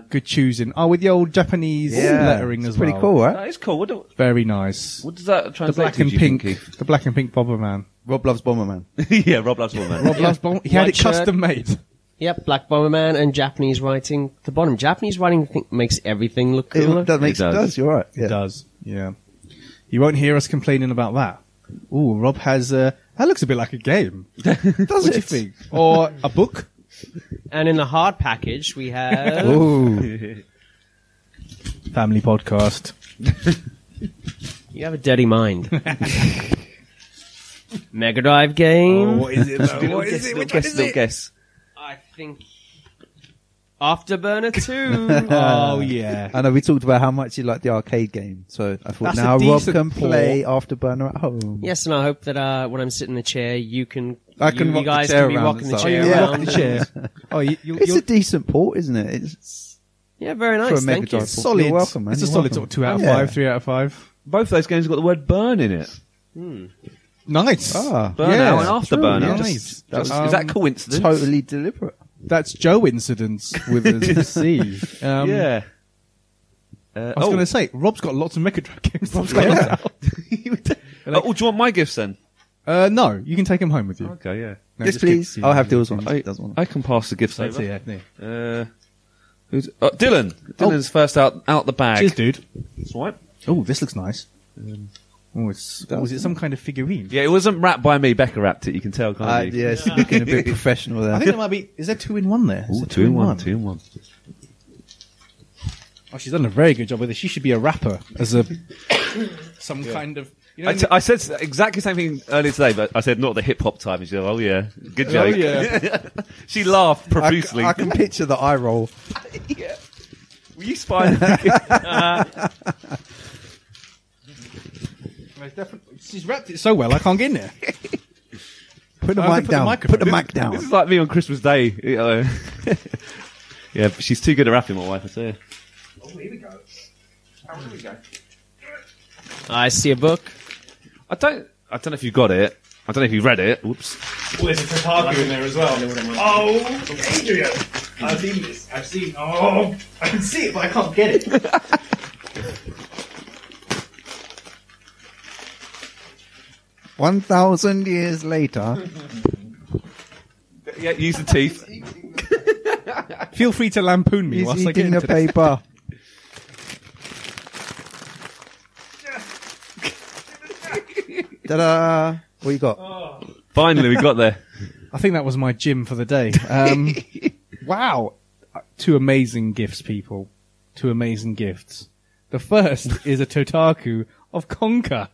S3: good choosing. Oh, with the old Japanese lettering
S5: it's
S3: as
S5: pretty
S3: well.
S5: cool, right?
S4: That is cool. What, do,
S3: Very nice.
S4: what does that
S3: the
S4: translate
S3: black
S4: to?
S3: and
S4: do you think,
S3: pink, the black and pink Bomberman.
S5: Rob loves Bomberman.
S4: Keith? yeah, Rob loves Bomberman.
S3: Rob loves Bomberman. He had
S1: White
S3: it
S1: shirt.
S3: custom made.
S1: Yep, Black Bomberman and Japanese writing. at The bottom Japanese writing I think makes everything look cooler.
S5: It, that makes
S4: It does.
S5: does. You're right. Yeah.
S3: It does. Yeah. You won't hear us complaining about that. Ooh, Rob has. Uh, that looks a bit like a game.
S5: Does
S3: What do you
S5: it?
S3: think? Or a book?
S1: And in the hard package, we have
S5: Ooh,
S3: Family podcast.
S1: you have a dirty mind. Mega Drive
S6: Oh,
S1: game.
S3: what is it?
S4: Little guess, little guess, little guess.
S1: I think Afterburner Two.
S3: Oh yeah.
S5: I know we talked about how much you like the arcade game, so I thought
S3: That's a
S5: now Rob
S3: decent
S5: can
S3: pull.
S5: play Afterburner at home.
S1: yes, and I hope that uh, when I'm sitting in the chair, you can.
S5: I can
S1: you,
S5: rock
S1: you
S5: the
S1: guys
S5: chair
S1: can be
S5: around
S1: rocking
S5: and
S1: the
S5: stuff.
S1: chair
S5: Oh, yeah.
S1: around.
S3: the chair. Oh, you, you,
S5: It's
S3: you're
S5: a decent port, isn't it? It's
S1: Yeah, very nice.
S5: for a Mega
S1: Thank you.
S5: Drive.
S3: solid.
S5: You're welcome, man.
S3: It's a
S5: You're
S3: solid
S5: welcome.
S3: sort of two out of
S5: Yeah.
S3: five, three out of five.
S4: Both those games have got the word burn in it.
S3: Nice.
S5: Ah.
S4: Burnout
S3: Yeah,
S4: and
S3: true,
S4: Afterburner.
S3: nice.
S4: Just- just-
S3: Um,
S4: is that coincidence?
S5: totally deliberate.
S3: That's Joe incidents with a C. Um,
S4: yeah. Uh,
S3: I was
S4: oh.
S3: going to say, Rob's got lots of Mega Drive games. Rob's got
S4: Yeah.
S3: lots
S4: oh, do you want my gifts then?
S3: Uh, no, you can take him home with you.
S4: Okay, yeah.
S3: No,
S5: yes,
S3: just give-
S5: please. I'll have Dill's one.
S4: I,
S5: Does one.
S4: I can pass the gifts
S3: That's
S4: over.
S3: it, yeah.
S4: Uh, who's, oh, Dylan. Dylan's first out out the bag.
S3: Cheers, dude.
S4: Swipe.
S3: Oh, this looks nice. oh, it's, oh, is it some kind of figurine?
S4: Yeah, it wasn't wrapped by me. Becca wrapped it. You can tell, can't
S5: Uh,
S4: you?
S5: yeah, it's looking a bit professional there.
S3: I think there might be. Is there two in one there? Is
S4: Ooh,
S3: there
S4: two in one, two in one.
S3: Oh, she's done a very good job with it. She should be a rapper as a some kind of. You know,
S4: I, t- I said s- exactly the same thing earlier today, but I said not the hip hop time. And she said, "Oh yeah, good joke." she laughed
S5: I,
S4: profusely.
S5: I can picture the eye roll.
S4: Were you spying? on me?
S3: she's wrapped it so well, I can't get in there.
S5: Put the
S3: I can
S5: mic
S3: put the
S5: down.
S3: microphone.
S5: put the mic
S4: this is
S5: down.
S4: like me on Christmas Day. you know. yeah, but she's too good at rapping. My wife, I say.
S1: I see a book.
S4: I don't. I don't know if you got it. I don't know if you read it. Whoops.
S7: There's a Kotaku in there as well. Oh, Adrian! I've seen this. I've seen. Oh, I can see it, but I can't get it.
S5: One thousand years later,
S4: Yeah, use the teeth.
S3: Feel free to lampoon me
S5: he's
S3: whilst I get
S5: eating
S3: into
S5: the
S3: this.
S5: paper. Ta-da! What you got?
S3: Oh,
S4: Finally, we got there.
S3: I think that was my gym for the day. Um, wow, two amazing gifts, people. Two amazing gifts. The first is a Totaku of Conker.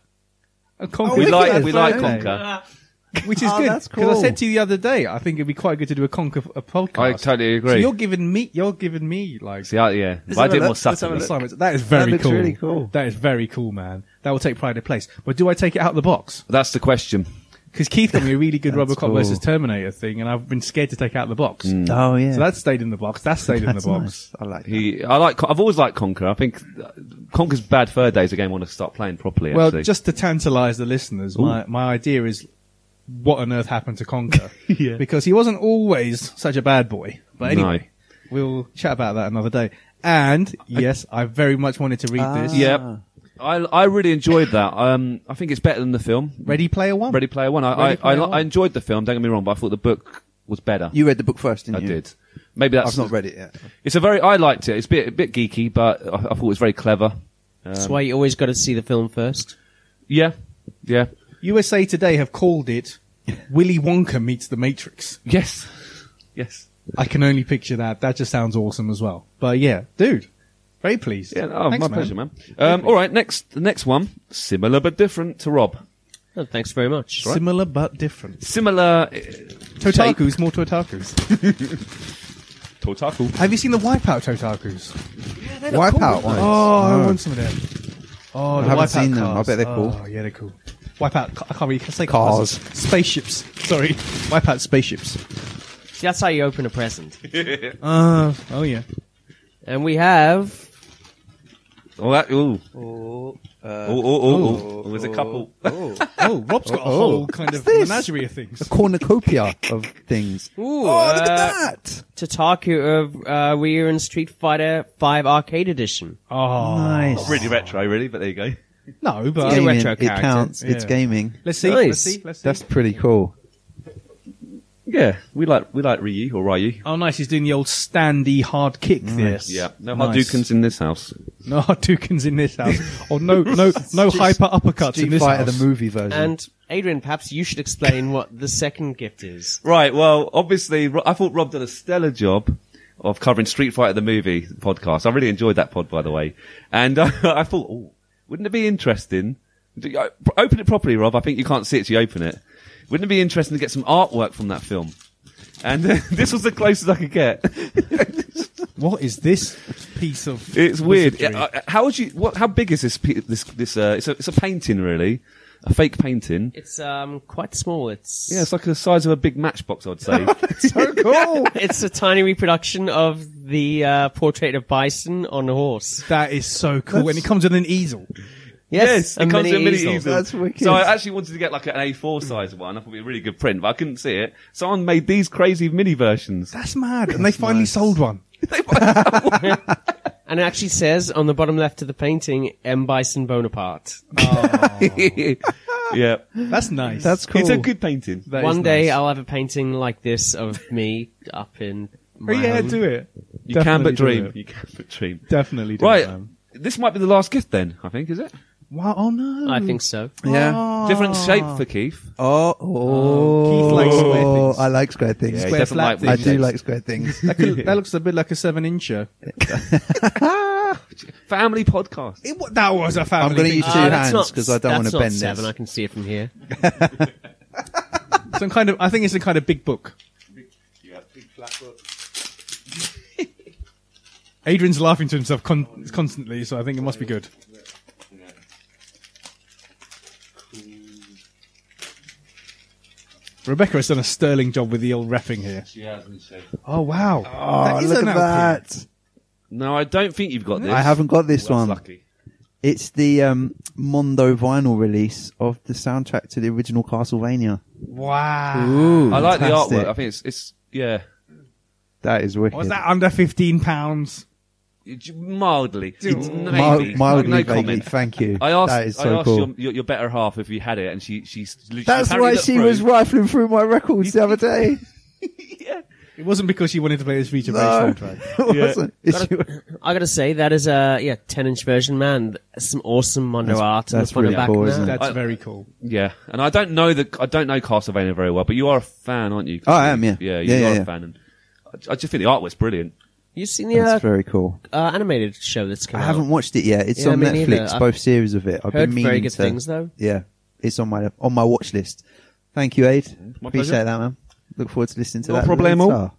S3: A Conker
S4: we
S3: is
S4: like
S3: the
S4: we like
S3: first day.
S4: Conker.
S3: which is
S5: Oh,
S3: good.
S5: that's
S3: I
S5: cool.
S3: said to you the other day, I think it'd be quite good to do a Conker a podcast.
S4: I totally agree.
S3: So you're giving me, you're giving me like
S4: See, I, yeah, But I
S5: have a
S4: did more
S5: look. Let's have a
S4: subtle.
S5: look.
S3: assignments. That is very
S5: looks
S3: cool.
S5: really cool.
S3: That is very cool, man. That will take pride of place. But do I take it out of the box?
S4: That's the question.
S3: Because Keith got me a really good
S5: That's
S3: RoboCop
S5: cool.
S3: versus Terminator thing, and I've been scared to take it out of the box.
S5: Oh yeah,
S3: So that stayed in the box. That stayed in the
S5: That's
S3: box.
S5: nice. I like. That.
S4: He, I like. Con- I've always liked Conker. I think uh, Conker's Bad Fur Day is a game I want to start playing properly.
S3: Well,
S4: actually.
S3: just to tantalise the listeners, my, my idea is what on earth happened to Conker?
S4: Yeah.
S3: Because he wasn't always such a bad boy. But anyway, we'll chat about that another day. And yes, I very much wanted to read this.
S5: Ah.
S4: Yep. I, I really enjoyed that. Um, I think it's better than the film.
S3: Ready Player One.
S4: Ready Player One. I,
S3: Ready Player
S4: I, I, li-
S3: One.
S4: I enjoyed the film. Don't get me wrong, but I thought the book was better.
S5: You read the book first,
S4: I
S5: didn't you?
S4: did. Maybe that's
S5: I've not read it yet.
S4: It's a very. I liked it. It's a bit, a bit geeky, but I, I thought it was very clever.
S1: That's why you always got to see the film first.
S4: Yeah, yeah,
S3: USA Today have called it Willy Wonka meets the Matrix.
S4: yes, yes.
S3: I can only picture that. That just sounds awesome as well. But yeah, dude, very pleased.
S4: Yeah, oh,
S3: Thanks,
S4: my pleasure, man. Um, all right, next, the next one, similar but different to Rob.
S1: Oh, thanks very much.
S3: Similar but different.
S4: Similar. uh,
S3: Totakus, more Totakus.
S4: Totaku.
S3: have you seen the Wipeout Totakus?
S5: Wipeout ones.
S3: Oh,
S5: No.
S3: I want some of them. Oh, the
S5: haven't
S3: Wipeout
S5: seen them. I
S3: cars.
S5: bet they're cool.
S3: Oh, yeah, they're cool. Wipeout. ca- I can't really say cars. Spaceships. Sorry, Wipeout spaceships.
S1: See, that's how you open a present.
S3: Uh, oh yeah.
S1: And we have.
S4: Oh, that. Ooh. oh, oh, oh, oh. There's a couple.
S3: Oh, Rob's got a whole kind of
S5: this?
S3: menagerie of things.
S5: A cornucopia of things.
S1: Ooh,
S5: Oh, look at
S1: uh,
S5: that!
S1: Tataku of uh, we are in Street Fighter Five Arcade Edition.
S3: Oh,
S5: Nice.
S4: Really retro, really, but there you go.
S3: no, but
S1: Yeah.
S5: Gaming.
S1: retro
S5: it
S1: character.
S5: counts. It's
S3: Yeah.
S5: gaming.
S3: let's see.
S1: Nice.
S3: Let's see. Let's see.
S5: That's pretty cool.
S4: Yeah, we like we like Ryu or Ryu.
S3: oh, nice. He's doing the old standy hard kick. Yes.
S4: Yeah, no
S3: Nice.
S4: Hadouken's in this house.
S3: No Hadouken's in this house. Or no, no, no hyper uppercuts in
S5: Street
S3: this
S5: Fighter
S3: house.
S5: the movie version.
S1: And Adrian, perhaps you should explain what the second gift is.
S4: Right. Well, obviously, Ro- I thought Rob did a stellar job of covering Street Fighter the movie podcast. I really enjoyed that pod, by the way. And uh, I thought, oh, wouldn't it be interesting? do you- uh, Open it properly, Rob. I think you can't see it, so you open it. Wouldn't it be interesting to get some artwork from that film? And uh, this was the closest I could get.
S3: What is this piece of?
S4: It's weird.
S3: wizardry?
S4: Uh, uh, how would you? What? How big is this? pe- This? This? Uh, it's a. It's a painting, really. A fake painting.
S1: It's um quite small. It's
S4: Yeah, it's like the size of a big matchbox, I'd say.
S5: so cool!
S1: it's a tiny reproduction of the uh, portrait of Bison on a horse.
S3: That is so cool, and it comes with an easel.
S4: Yes, it comes in a mini easel.
S5: That's wicked.
S4: So I actually wanted to get like an A4 size one. I thought it'd be a really good print, but I couldn't see it. Someone made these crazy mini versions.
S3: That's mad. and they finally sold one.
S1: And it actually says on the bottom left of the painting, M. Bison Bonaparte.
S4: yeah,
S3: That's nice.
S5: That's cool.
S4: it's a good painting.
S3: That is
S1: One day
S3: nice.
S1: I'll have a painting like this of me up in my
S3: Oh, yeah,
S1: home.
S3: do it.
S4: You can but
S3: Definitely do
S4: dream.
S3: it.
S4: You can but dream.
S3: Definitely do
S4: Right,
S3: it. man.
S4: this might be the last gift then. I think is it?
S3: Wow. Oh no.
S1: I think so.
S5: yeah.
S3: Oh.
S4: Different shape for Keith.
S5: Oh, oh.
S3: Keith likes square things.
S5: I like square things.
S4: Yeah, he
S3: Square
S4: doesn't
S3: flat
S4: like
S3: thing.
S5: I
S4: weird
S5: do
S4: shapes.
S5: like square things.
S3: That, could, that looks a bit like a seven-incher.
S4: family podcast.
S3: that was a family.
S5: I'm gonna
S3: thing.
S5: use Two
S1: Uh, that's
S5: hands,
S1: not-
S5: 'cause I don't wanna
S1: that's not
S5: bend
S1: seven.
S5: this.
S1: I can see it from here.
S3: Some kind of. I think it's a kind of big book. Adrian's laughing to himself con- constantly, so I think it must be good. Rebecca has done a sterling job with the old refing here. Oh wow!
S5: Oh,
S3: is
S5: look
S3: an
S5: at
S3: outfit.
S5: that.
S4: No, I don't think you've got this.
S5: I haven't got this
S4: That's
S5: one.
S4: lucky.
S5: It's the um, Mondo vinyl release of the soundtrack to the original Castlevania.
S3: Wow!
S5: Ooh,
S4: I like the
S5: fantastic.
S4: artwork. I think it's it's yeah.
S5: That is wicked.
S3: Was that under fifteen pounds?
S4: It's Mildly, It's
S5: Mil-
S4: maybe.
S5: mildly,
S4: no
S5: vaguely.
S4: comment.
S5: Thank you.
S4: I asked,
S5: that is
S4: I
S5: so
S4: asked
S5: cool.
S4: your, your, your better half if you had it, and she she. she
S5: That's
S4: she
S5: why
S4: carried it
S5: she
S4: through.
S5: was rifling through my records the other day.
S3: It wasn't because she wanted to play this feature-based
S5: No.
S3: soundtrack.
S5: It wasn't. It's-
S1: I gotta say that is a yeah ten inch version. Man, some awesome Mondo art. on
S5: that's
S1: the front and
S5: really
S1: back
S5: cool,
S1: of
S5: isn't
S1: that.
S5: it?
S3: That's
S4: I-
S3: very cool.
S4: Yeah, and I don't know the I don't know Castlevania very well, but you are a fan, aren't you?
S5: Oh, I am, yeah.
S4: yeah, you
S5: Yeah, yeah,
S4: are
S5: yeah.
S4: a fan. And I, I just think the art was brilliant.
S1: You seen the uh,
S5: That's very cool.
S1: uh, animated show that's come
S5: I
S1: out?
S5: haven't watched it yet. It's
S1: Yeah,
S5: on
S1: me
S5: Netflix.
S1: neither. I've
S5: Both series of it. I've
S1: heard
S5: been meaning
S1: very good
S5: to-
S1: things though.
S5: Yeah, it's on my on my watch list. Thank you, Aid.
S4: My
S5: Appreciate
S4: pleasure.
S5: that, man. Look forward to listening to
S4: No
S5: that.
S4: problemo.
S5: later.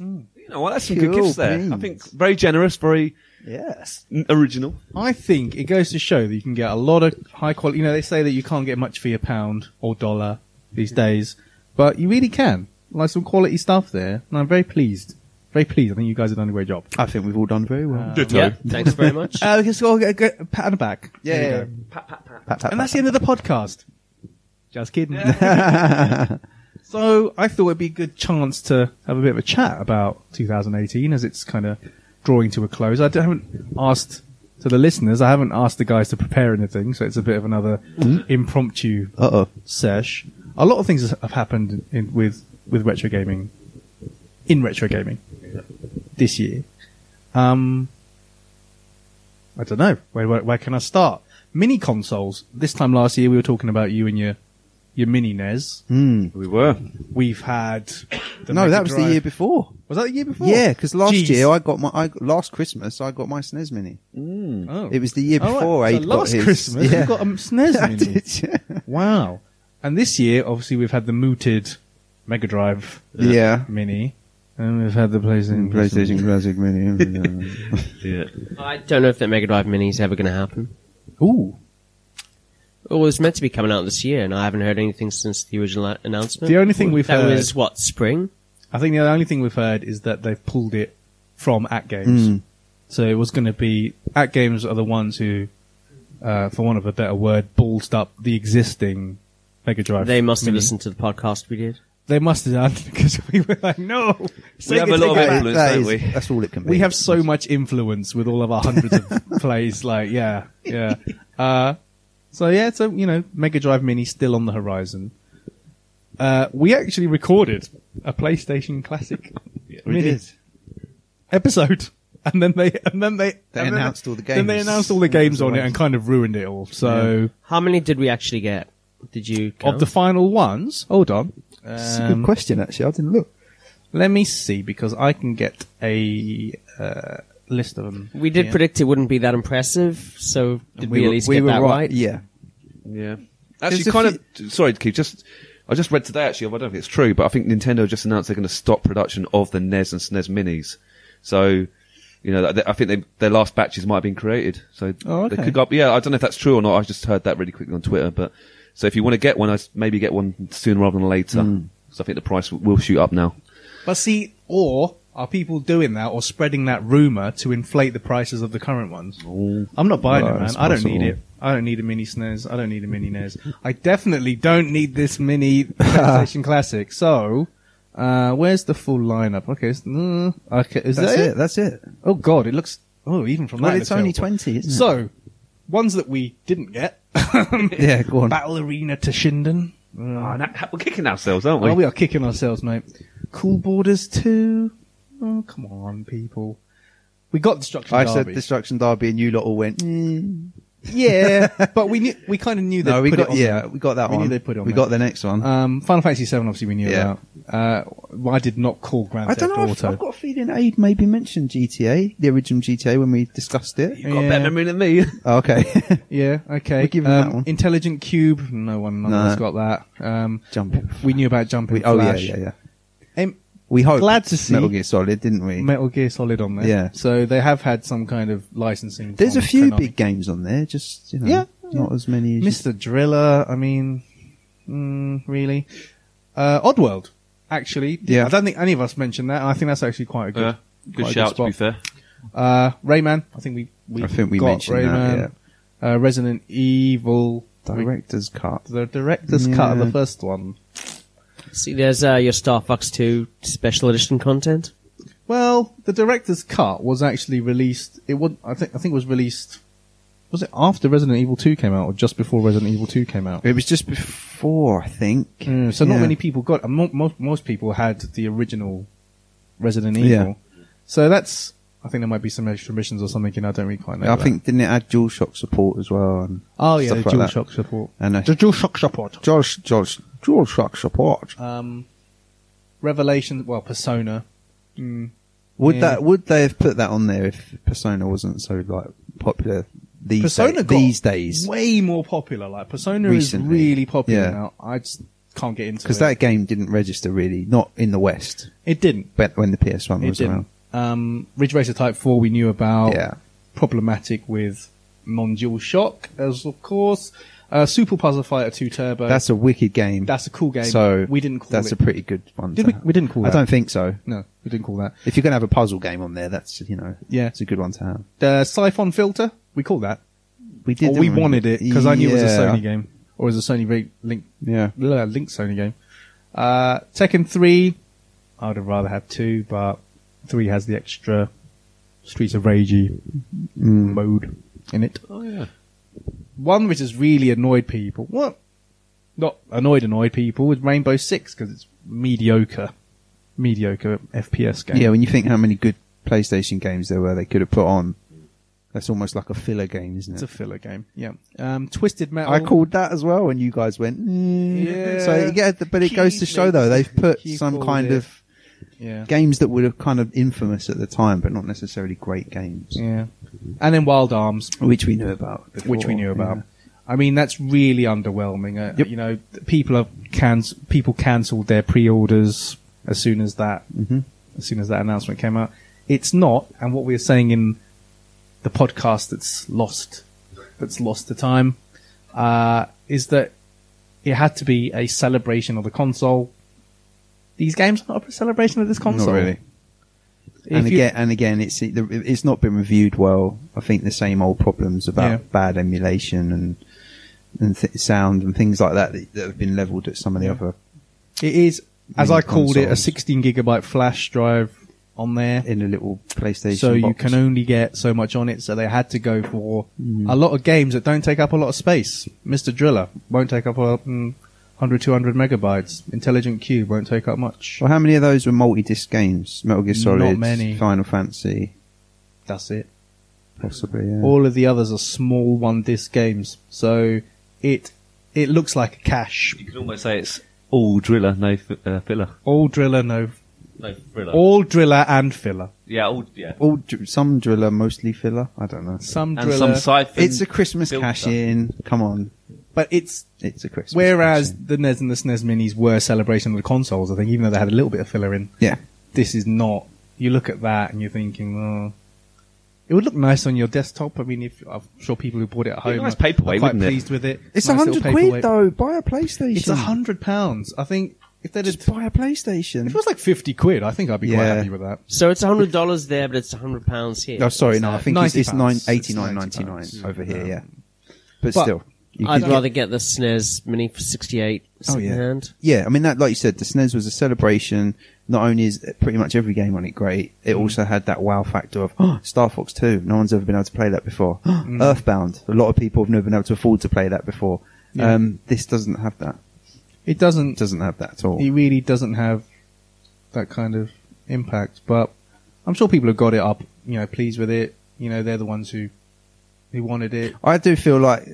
S4: You know what? That's some good
S5: Cool
S4: gifts there. I
S5: beans.
S4: think very generous, very
S5: Yes.
S4: n- original.
S3: I think it goes to show that you can get a lot of high quality. You know, they say that you can't get much for your pound or dollar these days, but you really can. Like some quality stuff there, and I'm very pleased. Very pleased. I think you guys have done a great job.
S5: I think we've all done very well.
S1: Yeah, thanks very much.
S3: Uh, we can score a, a, a pat on the back.
S5: Yeah,
S3: There you
S5: yeah.
S3: go.
S5: Pat, pat,
S3: And
S5: pat.
S3: that's the end of the podcast. Just kidding. so I thought it'd be a good chance to have a bit of a chat about 2018 as it's kind of drawing to a close. I don't- haven't asked to the listeners. I haven't asked the guys to prepare anything, so it's a bit of another impromptu
S5: Uh-oh.
S3: sesh. A lot of things has- have happened in, with with retro gaming, in retro gaming. this year. Um, I don't know. Where, where, where can I start? Mini consoles. This time last year, we were talking about you and your your mini NES.
S5: Hmm.
S4: We were.
S3: We've had the
S5: No,
S3: Mega
S5: that was the
S3: Drive-
S5: year before.
S3: Was that the year before?
S5: Yeah, because last
S3: Jeez.
S5: year I got my I, last Christmas I got my SNES Mini.
S3: Oh.
S5: It was the year
S3: Oh, right.
S5: before
S3: So
S5: Abe
S3: last
S5: got his.
S3: Christmas,
S5: Yeah.
S3: you got a SNES
S5: I
S3: mini.
S5: did, yeah.
S3: Wow. And this year, obviously, we've had the mooted Mega Drive uh,
S5: Yeah. Mm,
S3: Mini, and we've had the PlayStation.
S5: PlayStation Classic Mini.
S4: Yeah.
S1: I don't know if that Mega Drive Mini is ever going to happen.
S3: Ooh.
S1: Well, it was meant to be coming out this year, and I haven't heard anything since the original a- announcement.
S3: The only thing we've
S1: that
S3: heard-
S1: was what spring.
S3: I think the only thing we've heard is that they've pulled it from At Games.
S5: Hmm.
S3: So it was going to be At Games are the ones who, uh, for want of a better word, ballsed up the existing Mega Drive.
S1: They must have
S3: Mini.
S1: listened to the podcast we did.
S3: They must have done because we were like, no.
S4: We
S3: Sega,
S4: have a lot
S3: take it
S4: of
S3: back.
S4: influence,
S5: That
S4: don't
S5: is-
S4: we?
S5: That's all it can be.
S3: we have so much influence with all of our hundreds of plays. Like, yeah, yeah. Uh, so yeah, so you know, Mega Drive Mini still on the horizon. Uh, we actually recorded a PlayStation Classic Mini episode, and then they and then they
S5: They
S3: and then-
S5: announced all the
S3: Then they
S5: games.
S3: announced all the games on it and kind of ruined it all. So
S1: How many did we actually get? Did you count?
S3: of the final ones, hold on.
S5: That's a good
S3: Um,
S5: question, actually. I didn't look.
S3: Let me see because I can get a uh, list of them.
S1: we did
S3: here.
S1: predict it wouldn't be that impressive, so did we, at least get that right?
S5: Yeah.
S4: Yeah.
S5: There's a
S4: Actually, kind of. Sorry, Keith. Just I just read today. Actually, I don't know if it's true, but I think Nintendo just announced they're going to stop production of the NES and SNES Minis. So, you know, that- I think they, their last batches might have been created. So
S3: Oh, okay.
S4: they could go up. Yeah, I don't know if that's true or not. I just heard that really quickly on Twitter. But so if you want to get one, I s- maybe get one sooner rather than later.
S3: Hmm.
S4: So I think the price w- will shoot up now.
S3: But see, or are people doing that or spreading that rumor to inflate the prices of the current ones? I'm not buying
S5: Right,
S3: it, man.
S5: that's
S3: I don't need
S5: possible.
S3: it. I don't need a mini SNES. I don't need a mini NES. I definitely don't need this mini PlayStation Classic. So, uh, where's the full lineup? Okay, it's, mm, okay, is
S5: That's
S3: that
S5: it? That's it.
S3: Oh god, it looks. Oh, even from
S5: Well,
S3: that, it
S5: it's
S3: looks
S5: only
S3: terrible.
S5: 20, isn't it?
S3: So, ones that we didn't get.
S5: Yeah, go on. Mm.
S3: Battle Arena to Shinden.
S4: Oh, and that- we're kicking ourselves, aren't we?
S3: Oh, we are kicking ourselves, mate. Cool Borders 2. Oh, come on, people. We got Destruction
S5: I
S3: Derby.
S5: said Destruction Derby, and you lot all went. "Mm."
S3: yeah, but we knew, we kind of knew they
S5: No,
S3: would
S5: we
S3: put it
S5: got
S3: on
S5: yeah,
S3: there.
S5: we got that
S3: we
S5: one.
S3: Knew they put it on
S5: we
S3: there.
S5: got the next one.
S3: Um, Final Fantasy 7 obviously we knew
S5: Yeah.
S3: about. Uh, well, I did not call Grand
S5: I
S3: Theft
S5: don't know. I've,
S3: Auto.
S5: I've got a feeling Abe maybe mentioned GTA, the original GTA, when we discussed it.
S4: You've got a better
S3: Yeah.
S4: memory than me.
S5: Oh, okay.
S3: Yeah, okay.
S5: We'll give him
S3: Um,
S5: that one.
S3: Intelligent Cube. No one, none of us
S5: No.
S3: got that. Um,
S5: Jumping.
S3: We knew about Jumping
S5: we, oh yeah,
S3: Flash.
S5: yeah, yeah.
S3: Um,
S5: We hope
S3: Glad to see-
S5: Metal Gear Solid, didn't we?
S3: Metal Gear Solid on there.
S5: Yeah.
S3: So they have had some kind of licensing.
S5: There's a
S3: from
S5: few
S3: Konami.
S5: big games on there, just you know,
S3: Yeah,
S5: not as many as you-
S3: Mr. Driller, I mean, mm, really. Uh, Oddworld, actually.
S5: Yeah.
S3: I don't think any of us mentioned that. and I think that's actually quite a good,
S4: Yeah. Good
S3: quite a
S4: shout, to be
S3: spot.
S4: fair.
S3: Uh, Rayman, I think we, we,
S5: I think we
S3: got
S5: mentioned
S3: Rayman.
S5: that,
S3: Uh, Resident Evil,
S5: director's cut.
S3: the director's cut of
S5: Yeah.
S3: the first one.
S1: See, there's uh, your Star Fox 2 special edition content.
S3: Well, the director's cut was actually released. It was, I think, I think it was released. Was it after Resident Evil 2 came out or just before Resident Evil 2 came out?
S5: It was just before, I think.
S3: Mm, so not
S5: Yeah.
S3: many people got. And mo- most most people had the original Resident Evil.
S5: Yeah.
S3: So that's. I think there might be some extra missions or something. You know, I don't really quite know.
S5: I
S3: that.
S5: think didn't it add DualShock support as well? And
S3: Oh yeah,
S5: stuff
S3: the
S5: like that.
S3: DualShock support.
S5: And a
S3: The DualShock support.
S5: George, George, DualShock support.
S3: Um, Revelation. Well, Persona. Mm.
S5: Would
S3: Yeah.
S5: that would they have put that on there if Persona wasn't so like popular these
S3: Persona
S5: days,
S3: got
S5: these days?
S3: way more popular. Like Persona
S5: Recently.
S3: is really popular
S5: Yeah.
S3: now. I just can't get into it
S5: Because that game didn't register really, not in the West,
S3: It didn't.
S5: but when the PS1
S3: It
S5: was around.
S3: didn't. Um, Ridge Racer Type Four we knew about.
S5: Yeah.
S3: problematic with non-dual shock, as of course. Uh, Super Puzzle Fighter 2 Turbo.
S5: That's a wicked game.
S3: That's a cool game.
S5: So
S3: we didn't call
S5: That's
S3: it.
S5: a pretty good one.
S3: Did
S5: to
S3: we-
S5: have.
S3: we didn't call
S5: I
S3: that.
S5: don't think so.
S3: no, we didn't call that.
S5: If you're gonna have a puzzle game on there, that's you know,
S3: Yeah.
S5: it's a good one to have.
S3: The Siphon Filter, we call that.
S5: Oh, We did.
S3: Or we
S5: didn't
S3: wanted it because I knew it was a
S5: Yeah.
S3: Sony game, or it was a Sony Re- Link
S5: Yeah.
S3: blah, Link Sony game. Uh, Tekken 3, I would have rather had two, but three has the extra Streets of Ragey mode in it.
S4: Oh yeah.
S3: one which has really annoyed people. What? Not annoyed, annoyed people with Rainbow Six because it's mediocre, mediocre FPS game.
S5: Yeah, when you think how many good PlayStation games there were they could have put on. That's almost like a filler game, isn't
S3: It's
S5: it?
S3: a filler game. Yeah. Um, Twisted Metal.
S5: I called that as well, and you guys went. "Mm."
S3: Yeah.
S5: So yeah, th- but it goes to
S3: Keith
S5: show though they've put
S3: Keith
S5: some
S3: called
S5: kind
S3: it.
S5: of
S3: Yeah.
S5: games that were kind of infamous at the time, but not necessarily great games,
S3: Yeah. And then Wild Arms.
S5: which we knew about. Before,
S3: which we knew about.
S5: yeah.
S3: I mean, that's really underwhelming. Uh,
S5: Yep.
S3: You know, people have cans- people cancelled their pre-orders as soon as that
S5: Mm-hmm.
S3: as soon as that announcement came out. It's not, and what we are saying in the podcast that's lost, that's lost to time, uh, is that it had to be a celebration of the console. These games are not a celebration of this console.
S5: Not really.
S3: If
S5: And
S3: you-
S5: again, and again, it's the- it's not been reviewed well. I think the same old problems about
S3: Yeah.
S5: bad emulation and and th- sound and things like that, that that have been leveled at some of the
S3: Yeah.
S5: other
S3: it is, as
S5: Mini
S3: I called it, a
S5: consoles.
S3: 16 gigabyte flash drive on there.
S5: in a little PlayStation.
S3: so you
S5: box.
S3: can only get so much on it. So they had to go for
S5: Mm.
S3: a lot of games that don't take up a lot of space. Mr. Driller won't take up a mm, 100, 200 megabytes. Intelligent Cube won't take up much.
S5: Well, how many of those were multi-disc games? Metal Gear
S3: Not
S5: Solid,
S3: many.
S5: Final Fantasy,
S3: That's it.
S5: possibly. Yeah.
S3: All of the others are small one disc games. So it it looks like a cache.
S4: You could almost say it's all driller, no f- uh, filler.
S3: All driller, no.
S4: No thriller.
S3: All driller and filler.
S4: yeah, all, yeah.
S5: All dr- some driller, mostly filler. I don't know.
S3: Some
S4: And
S3: driller,
S4: some siphon.
S5: It's a Christmas
S4: built
S5: cash
S4: up.
S5: in. Come on,
S3: but it's
S5: it's a Christmas.
S3: whereas
S5: cash-in.
S3: the NES and the SNES Minis were celebration of the consoles. I think even though they had a little bit of filler in.
S5: yeah,
S3: this is not. You look at that and you're thinking, oh, it would look nice on your desktop. I mean, if I'm sure people who bought it at
S4: Be a
S3: home,
S4: nice
S3: are-
S4: paperweight,
S3: are quite
S4: wouldn't it?
S3: pleased with it.
S5: it's a
S3: Nice little
S5: hundred quid
S3: paperweight.
S5: though. Buy a PlayStation.
S3: It's a hundred pounds. I think if they did,
S5: Just
S3: if
S5: buy a PlayStation.
S3: it was like fifty quid, I think I'd be quite
S5: Yeah.
S3: happy with that.
S1: So it's hundred dollars there, but it's hundred pounds here.
S3: Oh,
S5: No, sorry, no. I
S3: that?
S5: think it's,
S3: 90
S5: it's nine,
S3: pounds. It's 90
S5: 89.99
S3: pounds.
S5: over here.
S3: Yeah.
S5: Yeah, but,
S3: But
S5: still, you
S1: I'd
S5: could-
S1: rather get the SNES Mini for sixty-eight
S5: Oh yeah,
S1: secondhand.
S5: yeah. I mean that, like you said, the SNES was a celebration. Not only is pretty much every game on it great, it also had that wow factor of oh, Star Fox Two. No one's ever been able to play that before. Earthbound. A lot of people have never been able to afford to play that before.
S3: Yeah.
S5: Um, this doesn't have that.
S3: It doesn't.
S5: It doesn't have that at all.
S3: It really doesn't have that kind of impact. But I'm sure people have got it up. You know, pleased with it. You know, they're the ones who who wanted it.
S5: I do feel like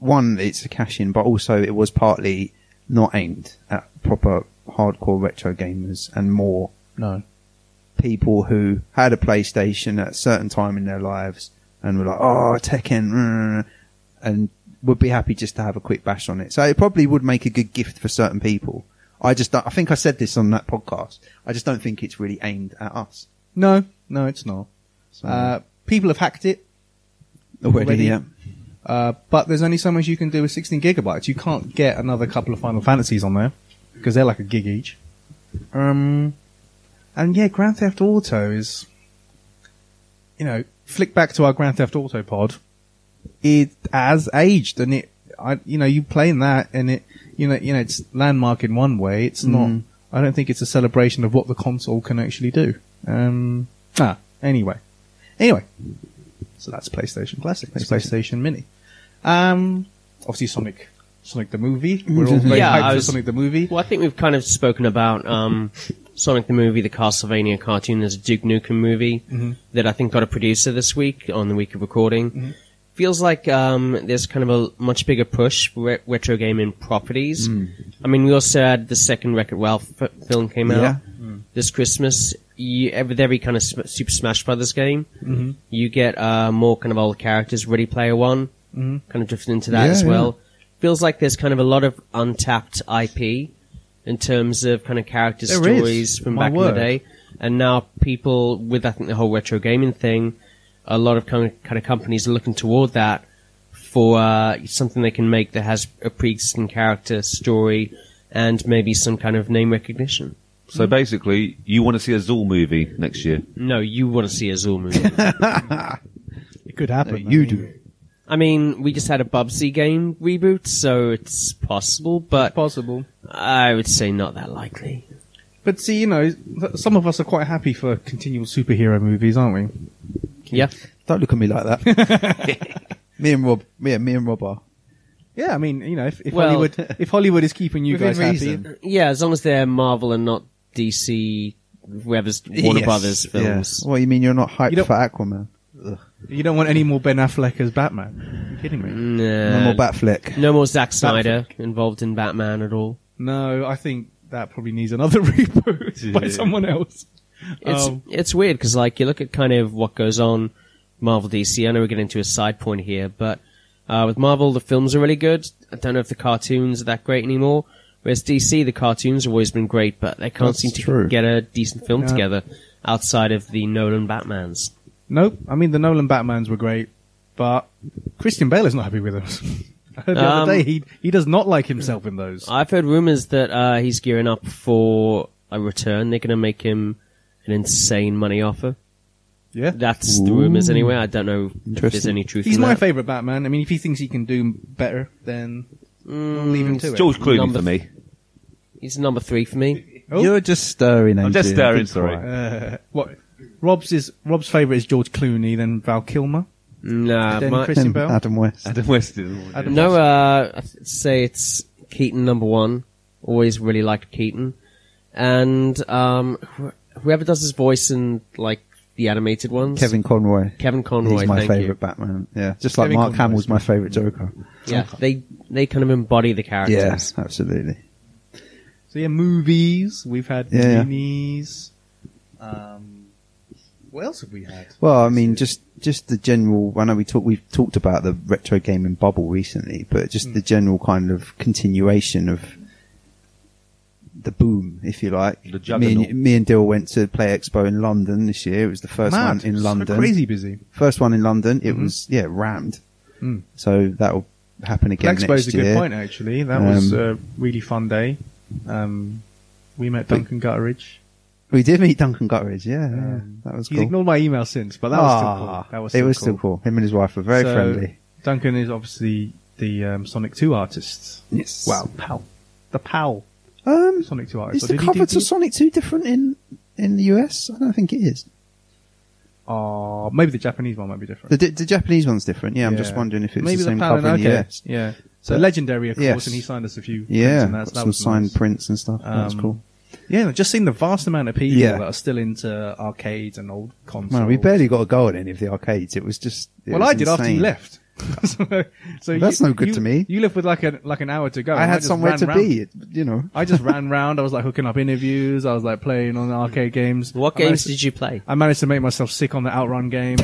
S5: one, it's a cash in, but also it was partly not aimed at proper hardcore retro gamers and more
S3: No,
S5: people who had a PlayStation at a certain time in their lives and were like, oh, Tekken, mm," and would be happy just to have a quick bash on it. So it probably would make a good gift for certain people. I just, don't- I think I said this on that podcast. I just don't think it's really aimed at us.
S3: no, no, it's not.
S5: So,
S3: Uh, people have hacked it. already? Uh, but there's only so much you can do with 16 gigabytes. You can't get another couple of Final Fantasies on there because they're like a gig each. Um, and yeah, Grand Theft Auto is, you know, flick back to our Grand Theft Auto pod. It has aged, and it, I, you know, you playing that, and it, you know, you know, it's landmark in one way. It's not. I don't think it's a celebration of what the console can actually do. Um, ah, anyway, anyway. So that's PlayStation Classic. That's PlayStation Mini. Um, obviously Sonic, Sonic the movie. We're all very
S1: Yeah,
S3: hyped
S1: I
S3: for
S1: was-
S3: Sonic the movie.
S1: Well, I think we've kind of spoken about um, Sonic the movie, the Castlevania cartoon. There's a Duke Nukem movie that I think got a producer this week on the week of recording. Feels like um, there's kind of a much bigger push for re- retro gaming properties. I mean, we also had the second Wreck-It Ralph f- film came out
S5: Yeah.
S1: this Christmas. You, ev- with every kind of sm- Super Smash Brothers game, you get uh, more kind of old characters. Ready Player One kind of drifted into that
S5: Yeah,
S1: as
S5: yeah.
S1: well. Feels like there's kind of a lot of untapped IP in terms of kind of character
S3: There is.
S1: stories from
S3: My
S1: back in
S3: word.
S1: the day, and now people with I think the whole retro gaming thing, a lot of kind of, kind of companies are looking toward that for uh, something they can make that has a pre-existing character story and maybe some kind of name recognition.
S4: So basically, you want to see a Zool movie next year.
S1: No, you want to see a Zool movie.
S3: It could happen.
S5: you do.
S1: I mean, we just had a Bubsy game reboot, so it's possible, but
S3: Possible.
S1: I would say not that likely.
S3: But see, you know, th- some of us are quite happy for continual superhero movies, aren't we?
S1: Yeah.
S5: Don't look at me like that. me and Rob, yeah, me and Rob are.
S3: Yeah, I mean, you know, if, if
S1: Well-
S3: Hollywood if Hollywood is keeping you
S5: Within
S3: guys happy,
S5: reason.
S1: Yeah, as long as they're Marvel and not DC whoever's Warner
S5: Yes,
S1: Brothers
S5: yes.
S1: films.
S5: What you mean you're not hyped
S3: You don't-
S5: for Aquaman?
S3: You don't want any more Ben Affleck as Batman. Are you kidding me?
S5: No
S1: No,
S5: more Batflick.
S1: no more Zack Snyder involved in Batman at all.
S3: No, I think that probably needs another reboot by someone else.
S1: It's
S5: Oh.
S3: Um,
S1: it's weird because like you look at kind of what goes on Marvel DC. I know we're getting to a side point here, but uh, with Marvel the films are really good. I don't know if the cartoons are that great anymore. Whereas DC the cartoons have always been great, but they can't
S5: That's
S1: seem to
S5: true.
S1: get a decent film
S3: Yeah.
S1: together outside of the Nolan Batman's.
S3: Nope. I mean, the Nolan Batmans were great, but Christian Bale is not happy with us. I heard the
S1: Um,
S3: other day he he does not like himself in those.
S1: I've heard rumors that uh, he's gearing up for a return. They're going to make him an insane money offer.
S3: yeah,
S1: That's the rumors anyway. I don't know if there's
S5: Interesting.
S1: any truth.
S3: he's
S1: in
S3: my
S1: that.
S3: favorite Batman. I mean, if he thinks he can do better, then we'll leave him to it.
S4: George Clooney
S1: Mm, Number
S4: for me.
S1: He's number three for me.
S3: Oh.
S5: You're just stirring.
S4: I'm just
S5: Adrian.
S4: stirring,
S5: Good
S4: sorry.
S5: cry.
S3: Uh, what? Rob's is Rob's favorite is George Clooney, then Val Kilmer,
S1: Nah,
S3: then
S1: my-
S3: Christian
S5: Him,
S3: Bale.
S5: Adam West.
S4: Adam West is.
S3: Adam-
S1: no. Uh, I'd say it's Keaton number one. Always really liked Keaton, and um, wh- whoever does his voice in like the animated ones,
S5: Kevin Conroy.
S1: Kevin Conroy.
S5: He's my
S1: thank
S5: favourite
S1: you.
S5: Batman. Yeah, just like
S3: Kevin
S5: Mark
S3: Conroy's
S5: Hamill's my favourite Joker.
S1: Yeah, they they kind of embody the characters.
S5: Yes, absolutely.
S3: So yeah, movies. We've had
S5: Yeah.
S3: minis. Um, what else have we had?
S5: Well, I mean, just just the general. I know we talk, we've talked about the retro gaming bubble recently, but just
S3: Mm.
S5: the general kind of continuation of the boom, if you like.
S4: The
S5: me
S4: juggernaut.
S5: and, me and Dill went to Play Expo in London this year. It was the first
S3: Mad.
S5: one in
S3: So
S5: London.
S3: crazy Mm-hmm. busy.
S5: First one in London. It was yeah rammed.
S3: Mm.
S5: So that will happen again
S3: Black
S5: Hmm. next
S3: Expo's a
S5: year. Um,
S3: good point, actually. That was a really fun day. Um, we met Duncan Gutteridge. Um,
S5: We did meet Duncan Gutteridge. Yeah, yeah. that was
S3: He's
S5: cool.
S3: ignored my email since, but that was still
S5: Ah,
S3: cool. That was
S5: it
S3: still
S5: was
S3: cool.
S5: still cool. Him and his wife were very
S3: So,
S5: friendly.
S3: Duncan is obviously the um, Sonic 2 artist.
S5: Yes.
S3: Wow, pal. The pal
S5: Um,
S3: Sonic 2 artist.
S5: is
S3: Or
S5: the
S3: did he
S5: cover
S3: do
S5: to
S3: the-
S5: Sonic 2 different in, in the US? I don't think it is.
S3: Oh, maybe the Japanese one might be different.
S5: The, di- the Japanese one's different. Yeah, I'm just
S3: Yeah.
S5: wondering if it's
S3: maybe
S5: the same
S3: pal and-
S5: cover in the
S3: okay,
S5: US.
S3: Yeah. So
S5: But-
S3: legendary, of course,
S5: Yes.
S3: and he signed us a few. prints
S5: Yeah,
S3: and that's,
S5: got
S3: that
S5: some
S3: was
S5: signed
S3: nice.
S5: prints and stuff. That's
S3: Um,
S5: cool.
S3: Yeah, just seeing the vast amount of people
S5: Yeah.
S3: that are still into arcades and old consoles.
S5: Man, we barely got a go at any of the arcades. It was just. it
S3: Well,
S5: was
S3: I did after you
S5: insane.
S3: left. so, so
S5: That's
S3: you-
S5: no good
S3: you-
S5: to me.
S3: You left with like an like an hour to go.
S5: I
S3: and
S5: had
S3: just
S5: somewhere
S3: ran
S5: to
S3: round.
S5: be. It, you know,
S3: I just ran round. I was like hooking up interviews. I was like playing on the arcade games.
S1: What
S3: I managed
S1: games
S3: to-
S1: did you play?
S3: I managed to make myself sick on the outrun game,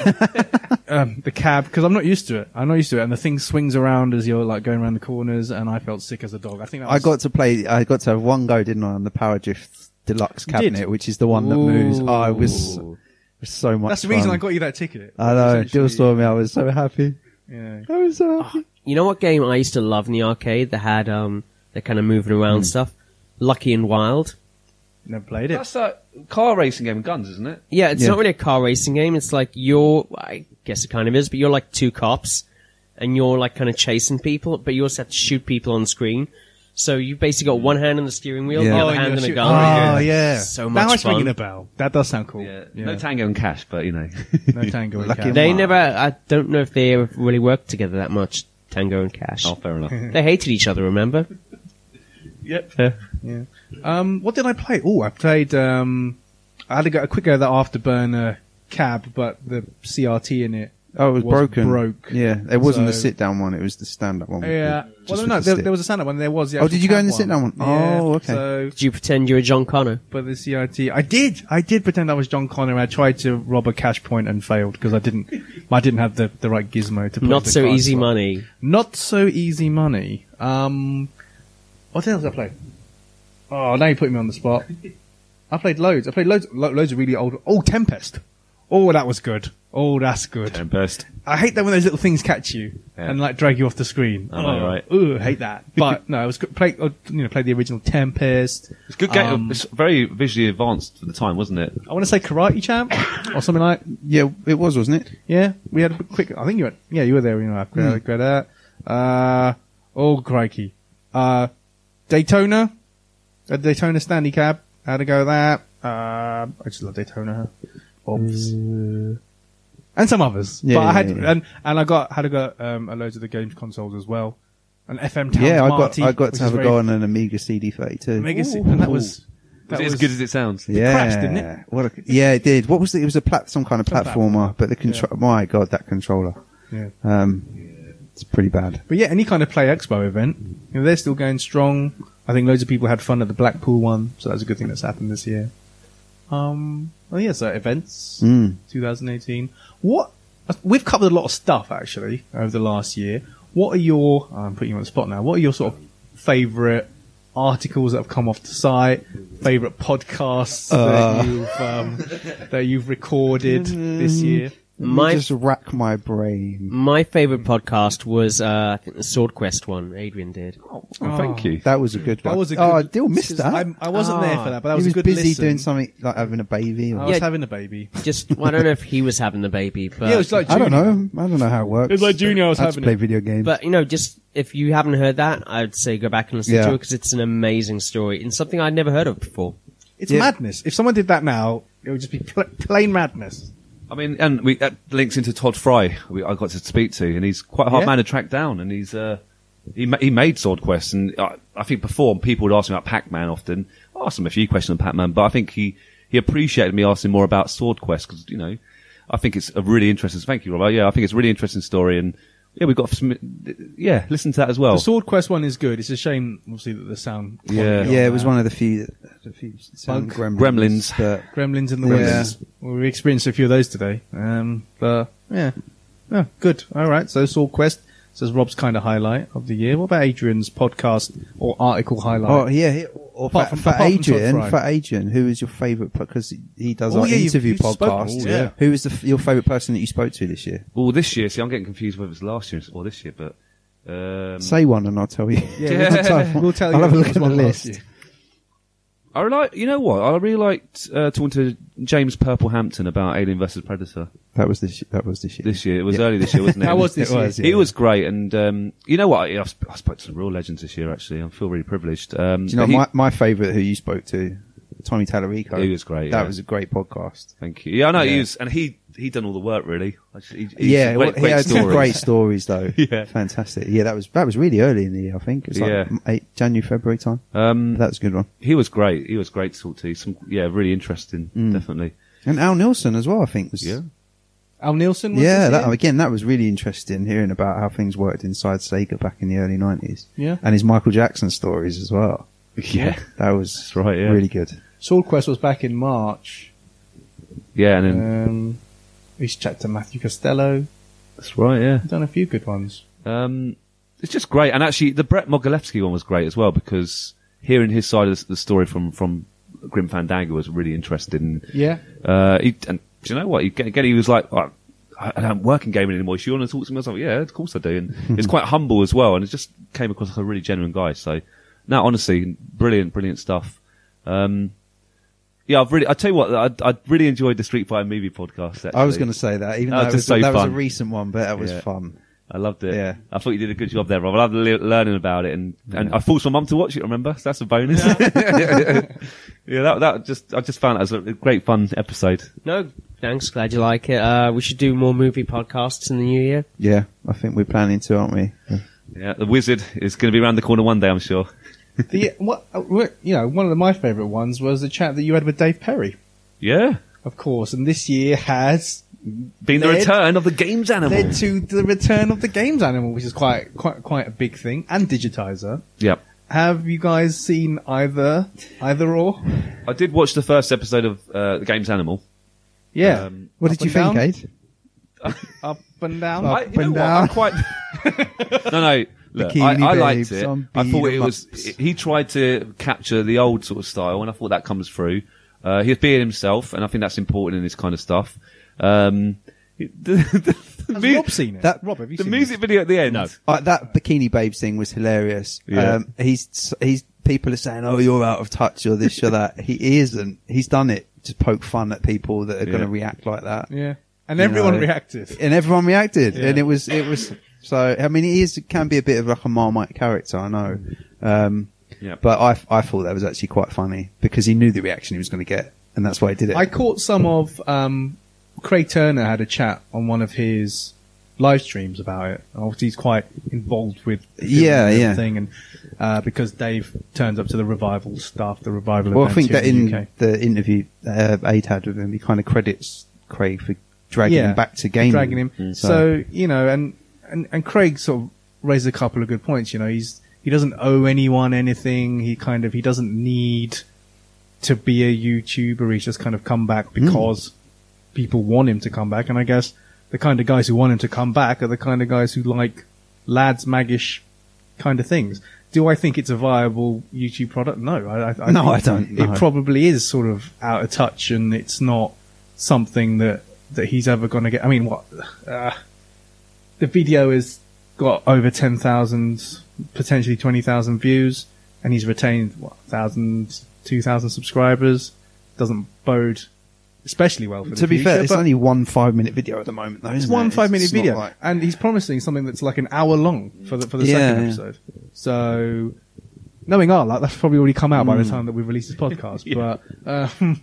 S3: um, the cab, because I'm not used to it. I'm not used to it, and the thing swings around as you're like going around the corners, and I felt sick as a dog. I think that
S5: I
S3: was,
S5: got to play. I got to have one go, didn't I, on the Power Drift Deluxe
S3: You did.
S5: cabinet, which is the one that moves. Oh, I was, it
S4: Ooh.
S5: was so much.
S3: That's the reason
S5: fun.
S3: I got you that ticket.
S5: I know. Jill
S3: Essentially,
S5: saw me. I was so happy.
S3: Yeah.
S5: I was so happy.
S1: You know what game I used to love in the arcade that had um the kind of moving
S3: Hmm.
S1: around stuff? Lucky and Wild.
S3: Never played it.
S4: That's a car racing game with guns, isn't it?
S1: Yeah, it's
S5: Yeah.
S1: not really a car racing game. It's like you're, I guess it kind of is, but you're like two cops and you're like kind of chasing people, but you also have to shoot people on screen. So you've basically got one hand on the steering wheel,
S5: Yeah.
S1: the
S5: Oh,
S1: other
S3: and
S1: hand
S3: you're
S1: on a
S3: shooting-
S1: gun.
S3: Oh, yeah.
S1: So
S3: now
S1: much
S3: I'm ringing
S1: fun.
S3: a bell. That does sound cool.
S4: Yeah. No tango and cash, but you know.
S3: No tango. in
S5: Lucky
S3: cab.
S5: in
S1: They
S5: Wow.
S1: never, I don't know if they ever really worked together that much, Tango and Cash.
S4: oh, fair enough.
S1: They hated each other, remember?
S4: yep.
S3: Yeah. Um, what did I play? Oh, I played. Um, I had to go a quick go at that afterburner cab, but the CRT in it.
S5: Oh, it was,
S3: was
S5: broken.
S3: broke.
S5: Yeah, it wasn't the
S3: So-
S5: sit down one. It was the stand up one. with
S3: Yeah.
S5: the- just
S3: Well,
S5: with
S3: no,
S5: the
S3: there,
S5: stick.
S3: there was a stand-up one. There was. The
S5: Oh,
S3: actual
S5: did you go
S3: cab
S5: in the sit-down one?
S3: Yeah.
S5: Oh, okay.
S3: So,
S1: Did you pretend you were John Connor?
S3: but the CRT, I did. I did pretend I was John Connor. I tried to rob a cash point and failed because I didn't. I didn't have the, the right gizmo to. Put
S1: Not
S3: the
S1: so
S3: card
S1: easy
S3: slot.
S1: money.
S3: Not so easy money. Um, what else did I play? Oh, now you put me on the spot. I played loads. I played loads, lo- loads of really old. Oh, Tempest. Oh, that was good. Oh, that's good.
S4: Tempest.
S3: I hate that when those little things catch you
S4: Yeah.
S3: and like drag you off the screen. Oh,
S4: I know, right?
S3: Ooh, I hate that. But no, I was good. Play, oh, you know, played the original Tempest.
S4: It's a good game.
S3: Um,
S4: it's very visually advanced for the time, wasn't it?
S3: I want to say Karate Champ or something like.
S5: yeah, it was, wasn't it?
S3: Yeah, we had a quick. I think you were. Yeah, you were there. You know, after
S5: Hmm.
S3: I got that. Uh, oh crikey. Uh, Daytona. A Daytona standy cab. How to go with that? Uh, I just love Daytona. Oops. And some others.
S5: Yeah,
S3: but I
S5: yeah,
S3: had
S5: yeah.
S3: and and I got had a go at, um, at loads of the games consoles as well. And FM Towns
S5: yeah, I got
S3: Marty,
S5: I got
S3: which
S5: to have
S3: is
S5: a
S3: very
S5: go on an Amiga CD32.
S3: Mega C- and that was
S4: Was it as good as it sounds?
S5: Yeah,
S3: crashed, didn't it?
S5: What a, yeah, it did. What was it? It was a plat- some kind of platformer, but the control. My God, that controller.
S3: Yeah.
S5: Um, it's pretty bad.
S3: But yeah, any kind of Play Expo event, you know, they're still going strong. I think loads of people had fun at the Blackpool one, so that's a good thing that's happened this year. Um, well, yeah, so events,
S5: Mm.
S3: 2018. What we've covered a lot of stuff actually over the last year. What are your? oh, I'm putting you on the spot now. What are your sort of favourite articles that have come off the site? Favourite podcasts
S5: Uh.
S3: that you've um, that you've recorded this year?
S5: Let me
S1: My-
S5: just rack my brain.
S1: My favorite podcast was uh, I think the Sword Quest one Adrian did.
S4: Oh, thank you.
S5: That was a good one.
S3: That was a
S5: oh, I
S3: good-
S5: still missed that.
S3: I, I wasn't there for that, but that was,
S5: he
S3: a
S5: Ah, was
S3: good
S5: busy
S3: listen.
S5: doing something like having a baby. Or
S3: I was
S1: Yeah.
S3: having a baby.
S1: Just well, I don't know if he was having the baby, but
S3: yeah, it was like
S5: I don't
S3: June.
S5: know. I don't know how it works.
S3: It's like Junior was
S5: I just
S3: having
S5: play
S3: it.
S5: video games.
S1: But you know, just if you haven't heard that, I'd say go back and listen
S5: Yeah.
S1: to it because it's an amazing story and something I'd never heard of before.
S3: It's
S5: Yeah.
S3: madness. If someone did that now, it would just be pl- plain madness.
S4: I mean, and we, that links into Todd Fry, we, I got to speak to, and he's quite a hard
S3: Yeah.
S4: man to track down, and he's, uh, he, ma- he made Sword Quest, and I, I think before people would ask me about Pac-Man often. I asked him a few questions on Pac-Man, but I think he, he appreciated me asking more about Sword Quest, because, you know, I think it's a really interesting, thank you, Rob. Yeah, I think it's a really interesting story, and yeah, we've got some, yeah, listen to that as well.
S3: The Sword Quest one is good. It's a shame, obviously, that the sound. quality
S4: Yeah.
S3: got
S5: yeah, it
S3: bad.
S5: was one of the few, the few sound
S3: Bug-
S5: gremlins.
S4: Gremlins.
S5: that-
S3: Gremlins and the
S5: Yeah.
S3: Gremlins. Well, we experienced a few of those today. Um, but yeah, oh, good. All right. So Sword Quest. So it's Rob's kind of highlight of the year. What about Adrian's podcast or article highlight?
S5: Oh yeah, he- or
S3: Apart
S5: Fat,
S3: from-
S5: Fat
S3: apart from Todd
S5: Adrian,
S3: Fry.
S5: Fat Adrian, who is your favourite? Because he does
S3: Oh,
S5: our
S3: yeah, you've-
S5: interview
S3: you've spoken-
S5: podcast.
S3: oh, yeah.
S5: Who is the, f- your favourite person that you spoke to this year?
S4: Well, this year, see, I'm getting confused whether it's last year or this year, but, um,
S5: Say one, and I'll tell you.
S3: Mm. Yeah, we'll tell- we'll tell
S5: I'll
S3: you
S5: have a
S3: what
S5: look at my
S3: was
S5: list.
S3: last year.
S4: I like, you know what? I really liked uh, talking to James Purplehampton about Alien vs Predator
S5: That was this. That was this year.
S4: this year. It was early this year, wasn't it?
S3: That was this
S5: It
S3: year.
S5: was, yeah.
S4: He was great, and um, you know what? I, I sp- I spoke to some real legends this year. Actually, I feel really privileged. Um,
S5: Do you know
S4: but he-
S5: my, my favourite who you spoke to, Tommy Tallarico.
S4: He was great,
S5: That
S4: yeah.
S5: was a great podcast.
S4: Thank you. Yeah, I know
S5: Yeah.
S4: he was, and he he done all the work really. I just- he- he's
S5: yeah,
S4: great,
S5: well, he
S4: great
S5: had some
S4: stories.
S5: great stories though.
S4: Yeah.
S5: fantastic. Yeah, that was that was really early in the year. I think it was like
S4: Yeah.
S5: m- eight, January, February time.
S4: Um,
S5: that was a good one.
S4: He was great. He was great to talk to. Some yeah, really interesting.
S5: Mm.
S4: Definitely.
S5: And Al Nilsson as well. I think was
S4: Yeah.
S3: Al Nielsen. Was
S5: Yeah,
S3: this
S5: that,
S3: year?
S5: again, that was really interesting hearing about how things worked inside Sega back in the early nineties.
S3: Yeah.
S5: and his Michael Jackson stories as well.
S4: Yeah.
S5: That was
S4: That's right, yeah.
S5: really good.
S3: Sword Quest was back in March.
S4: Yeah, and then
S3: Um, we chat to Matthew Costello.
S4: that's right. Yeah.
S3: Done a few good ones.
S4: Um, it's just great. And actually, the Brett Mogilevsky one was great as well because hearing his side of the story from from Grim Fandango was really interesting.
S3: Yeah.
S4: Uh, he, and do you know what? He, again, he was like, "Oh, I I don't work in gaming anymore. Do you want to talk to me? I was like, yeah, of course I do. And it's quite humble as well. And it just came across like a really genuine guy. So, no, honestly, brilliant, brilliant stuff. Um, yeah, I've really, I tell you what, I, I really enjoyed the Street Fighter movie podcast. Actually.
S5: I was going to say that, even
S4: That
S5: though
S4: was
S5: it was,
S4: just so
S5: that was a
S4: fun.
S5: recent one, but that was
S4: Yeah.
S5: fun.
S4: I loved it.
S5: Yeah.
S4: I thought you did a good job there, Rob. I loved le- learning about it, and, and I forced my mum to watch it. Remember, so that's a bonus. Yeah, that that just I just found that was a great fun episode.
S1: No, thanks. Glad you like it. Uh, we should do more movie podcasts in the new year.
S5: Yeah, I think we're planning to, aren't we?
S4: Yeah, the wizard is going to be around the corner one day, I'm sure.
S3: The what uh, what- you know one of the- my favourite ones was the chat that you had with Dave Perry,
S4: Yeah,
S3: of course. And this year has
S4: being the
S3: Led-
S4: return of the games animal.
S3: led to the return of the games animal, which is quite quite quite a big thing, and digitizer.
S4: Yep.
S3: Have you guys seen either either or?
S4: I did watch the first episode of uh, the games animal.
S3: Yeah.
S4: Um,
S5: What
S3: Up
S5: did you
S3: and
S5: think,
S3: down?
S5: Aid?
S3: Up and down.
S4: I, you know
S5: and
S4: what? I'm
S5: down.
S4: quite. no, no. Look, I,
S5: Bikini
S4: I
S5: babes
S4: liked it.
S5: on
S4: I thought it
S5: beat 'em
S4: was.
S5: ups.
S4: He tried to capture the old sort of style, and I thought that comes through. Uh, he's being himself, and I think that's important in this kind of stuff. Um, the, the, the
S3: Has
S4: mu-
S3: Rob seen it?
S5: that-
S3: Rob, have you
S4: the
S3: seen
S4: music video at the end.
S1: No.
S5: Uh, that bikini babes thing was hilarious.
S4: Yeah.
S5: Um, he's he's people are saying, "Oh, you're out of touch," or this or that. He isn't. He's done it to poke fun at people that are going
S4: Yeah.
S5: to react like that.
S3: it? Yeah. And
S5: You
S3: everyone
S5: know,
S3: reacted.
S5: and everyone reacted,
S3: Yeah.
S5: and it was it was. So I mean, he is can be a bit of like a marmite character, I know. Um,
S4: Yeah.
S5: But I I thought that was actually quite funny because he knew the reaction he was going to get, and that's why he did it.
S3: I caught some of um, Craig Turner had a chat on one of his live streams about it. And obviously, he's quite involved with the film
S5: Yeah,
S3: and
S5: yeah.
S3: everything, and uh, because Dave turns up to the revival stuff, the revival.
S5: Well, I
S3: events
S5: think
S3: here
S5: that in
S3: the UK.
S5: the interview uh, Aid had with him, he kind of credits Craig for dragging him back to gaming. Mm.
S3: Dragging him. So you know, and, and and Craig sort of raised a couple of good points. You know, he's he doesn't owe anyone anything. He kind of he doesn't need to be a YouTuber. He's just kind of come back
S5: Mm.
S3: because people want him to come back. And I guess the kind of guys who want him to come back are the kind of guys who like lads maggish kind of things. Do I think it's a viable YouTube product? No, I, I, I
S5: No,
S3: think
S5: I don't, no.
S3: It probably is sort of out of touch, and it's not something that that he's ever going to get. I mean, what uh, the video has got over ten thousand, potentially twenty thousand views, and he's retained what thousand, two thousand subscribers. Doesn't bode especially well for the
S5: to be
S3: future,
S5: fair, it's
S3: but-
S5: only one five minute video at the moment, though.
S3: it's
S5: isn't
S3: one
S5: it?
S3: five minute
S5: It's not
S3: video,
S5: like-
S3: and he's promising something that's like an hour long for the for the
S5: Yeah,
S3: second
S5: yeah.
S3: episode. So, knowing our luck, that's probably already come out by the
S5: Hmm.
S3: time that we release this podcast. But, uh,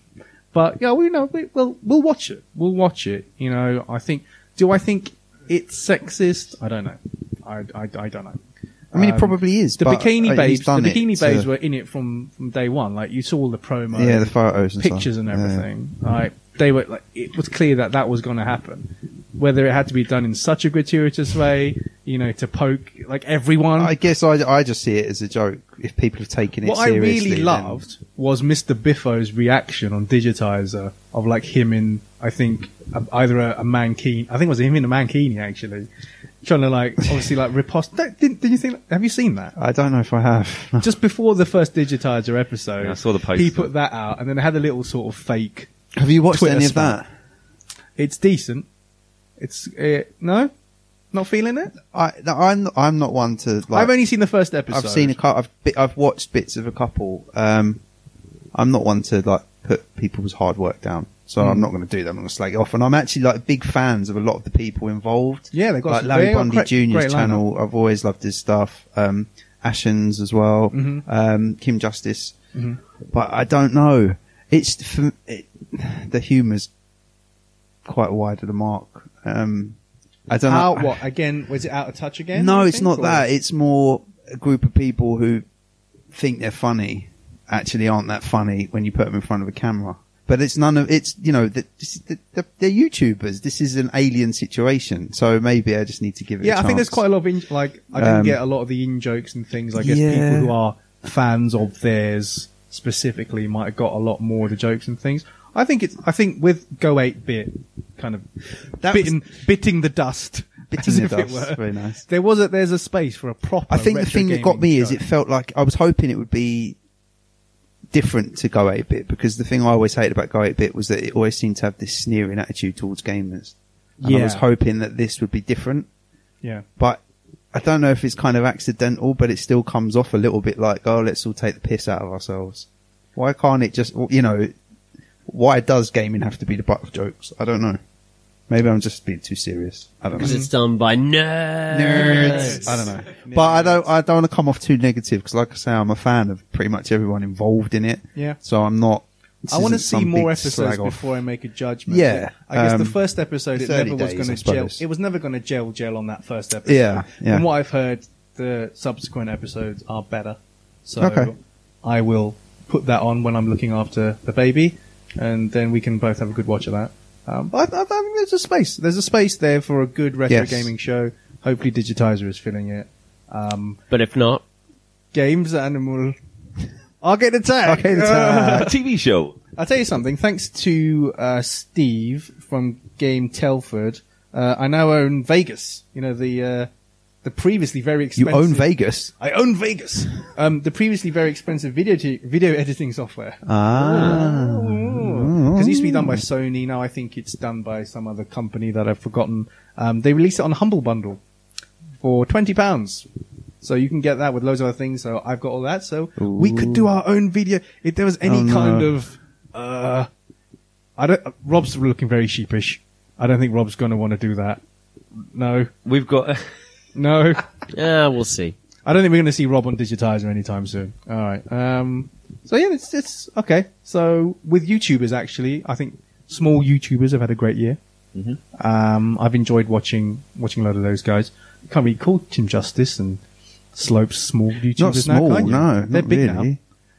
S3: but yeah, we know we, we'll we'll watch it. We'll watch it. You know, I think. Do I think it's sexist? I don't know. I I, I don't know.
S5: I mean,
S3: Um,
S5: it probably is.
S3: The
S5: but uh,
S3: bikini
S5: he's
S3: babes, the
S5: done it
S3: bikini
S5: to-
S3: babes were in it from, from day one. Like you saw all the promo,
S5: yeah, the photos, and stuff.
S3: pictures and
S5: Yeah.
S3: everything. Like they were like it was clear that that was going to happen. Whether it had to be done in such a gratuitous way, you know, to poke like everyone.
S5: I guess I, I just see it as a joke. If people have taken it
S3: what I
S5: seriously,
S3: really
S5: then-
S3: loved was Mr. Biffo's reaction on Digitizer of like him in I think a- either a, a mankini, I think it was him in a mankini actually, trying to like obviously like riposte. Don't- Didn't, did you think? Have you seen that?
S5: I don't know if I have.
S3: just before the first Digitizer episode,
S4: Yeah, I saw the poster.
S3: He put that out, and then it had a little sort of fake.
S5: have you watched
S3: Twitter
S5: any of
S3: spam.
S5: that?
S3: It's decent. It's uh, no, not feeling it.
S5: I, no, I'm I'm not one to. Like,
S3: I've only seen the first episode.
S5: I've seen a cou- I've bi- I've watched bits of a couple. Um, I'm not one to like put people's hard work down, so
S3: Hmm.
S5: I'm not going to do that. I'm going to slag it off, and I'm actually like big fans of a lot of the people involved.
S3: Yeah, they've got
S5: like
S3: some-
S5: Larry
S3: they've got
S5: Bundy
S3: great-
S5: Jr.'s
S3: great lineup.
S5: channel. I've always loved his stuff. Um, Ashens as well.
S3: Mm-hmm.
S5: Um, Kim Justice, but I don't know. It's for, it, the humour's quite wide of the mark. Um, I don't
S3: How,
S5: know.
S3: what again? Was it out of touch again?
S5: No,
S3: you
S5: it's
S3: think,
S5: not
S3: or-
S5: that. It's more a group of people who think they're funny actually aren't that funny when you put them in front of a camera. But it's none of it's you know that this is- that- that they're YouTubers. This is an alien situation, so maybe I just need to give it.
S3: Yeah,
S5: a
S3: I think there's
S5: chance.
S3: quite a lot of in, like I didn't
S5: Um,
S3: get a lot of the in jokes and things. I guess
S5: Yeah.
S3: people who are fans of theirs specifically might have got a lot more of the jokes and things. I think it's I think with Go Eight Bit kind of
S5: That
S3: bitting, bitting the dust,
S5: Bitting
S3: as
S5: the
S3: if it
S5: dust.
S3: were.
S5: Very nice.
S3: There was a there's a space for a proper.
S5: I think the
S3: retro
S5: thing that got
S3: gaming
S5: me is
S3: show.
S5: it felt like I was hoping it would be different to Go 8 bit because the thing I always hated about Go 8 bit was that it always seemed to have this sneering attitude towards gamers. And I
S3: Yeah.
S5: was hoping that this would be different.
S3: yeah.
S5: but I don't know if it's kind of accidental, but it still comes off a little bit like, oh, let's all take the piss out of ourselves. Why can't it just, you know, why does gaming have to be the butt of jokes? I don't know. Maybe I'm just being too serious. I don't know.
S1: Because it's done by nerds.
S5: I don't know. But I don't, I don't want to come off too negative because like I say, I'm a fan of pretty much everyone involved in it.
S3: Yeah.
S5: So I'm not. this
S3: I want to
S5: isn't
S3: see
S5: some
S3: more
S5: big
S3: episodes
S5: slag off.
S3: before I make a judgment.
S5: Yeah,
S3: I guess the
S5: um,
S3: first episode it
S5: it's early
S3: never was
S5: days,
S3: going
S5: I
S3: to gel.
S5: suppose.
S3: It was never going to gel gel on that first episode.
S5: Yeah, yeah.
S3: From what I've heard, the subsequent episodes are better. So
S5: Okay.
S3: I will put that on when I'm looking after the baby, and then we can both have a good watch of that. Um, but I, I think there's a space. There's a space there for a good retro
S5: Yes.
S3: gaming show. Hopefully, Digitizer is filling it. Um,
S1: But if not,
S3: games animal. I'll get the tag.
S5: Okay, it's, uh,
S4: a TV show.
S3: I'll tell you something. Thanks to uh, Steve from Game Telford, uh, I now own Vegas. You know the uh, the previously very
S5: you
S3: expensive.
S5: own Vegas.
S3: I own Vegas. um, the previously very expensive video te- video editing software.
S5: Ah.
S3: Because it used to be done by Sony. Now I think it's done by some other company that I've forgotten. Um, they released it on Humble Bundle for twenty pounds. So you can get that with loads of other things. So I've got all that. So we could do our own video if there was any
S5: Oh, no.
S3: kind of. Uh, I don't. Rob's looking very sheepish. I don't think Rob's going to want to do that. No,
S4: We've got.
S3: no.
S1: uh, we'll see.
S3: I don't think we're going to see Rob on Digitizer anytime soon. All right. Um, so yeah, it's, it's okay. So with YouTubers, actually, I think small YouTubers have had a great year. Um, I've enjoyed watching watching a lot of those guys. You can't really call Tim Justice and Slope's small YouTubers
S5: Not small,
S3: now, can you?
S5: no,
S3: they're
S5: not
S3: big
S5: really.
S3: now.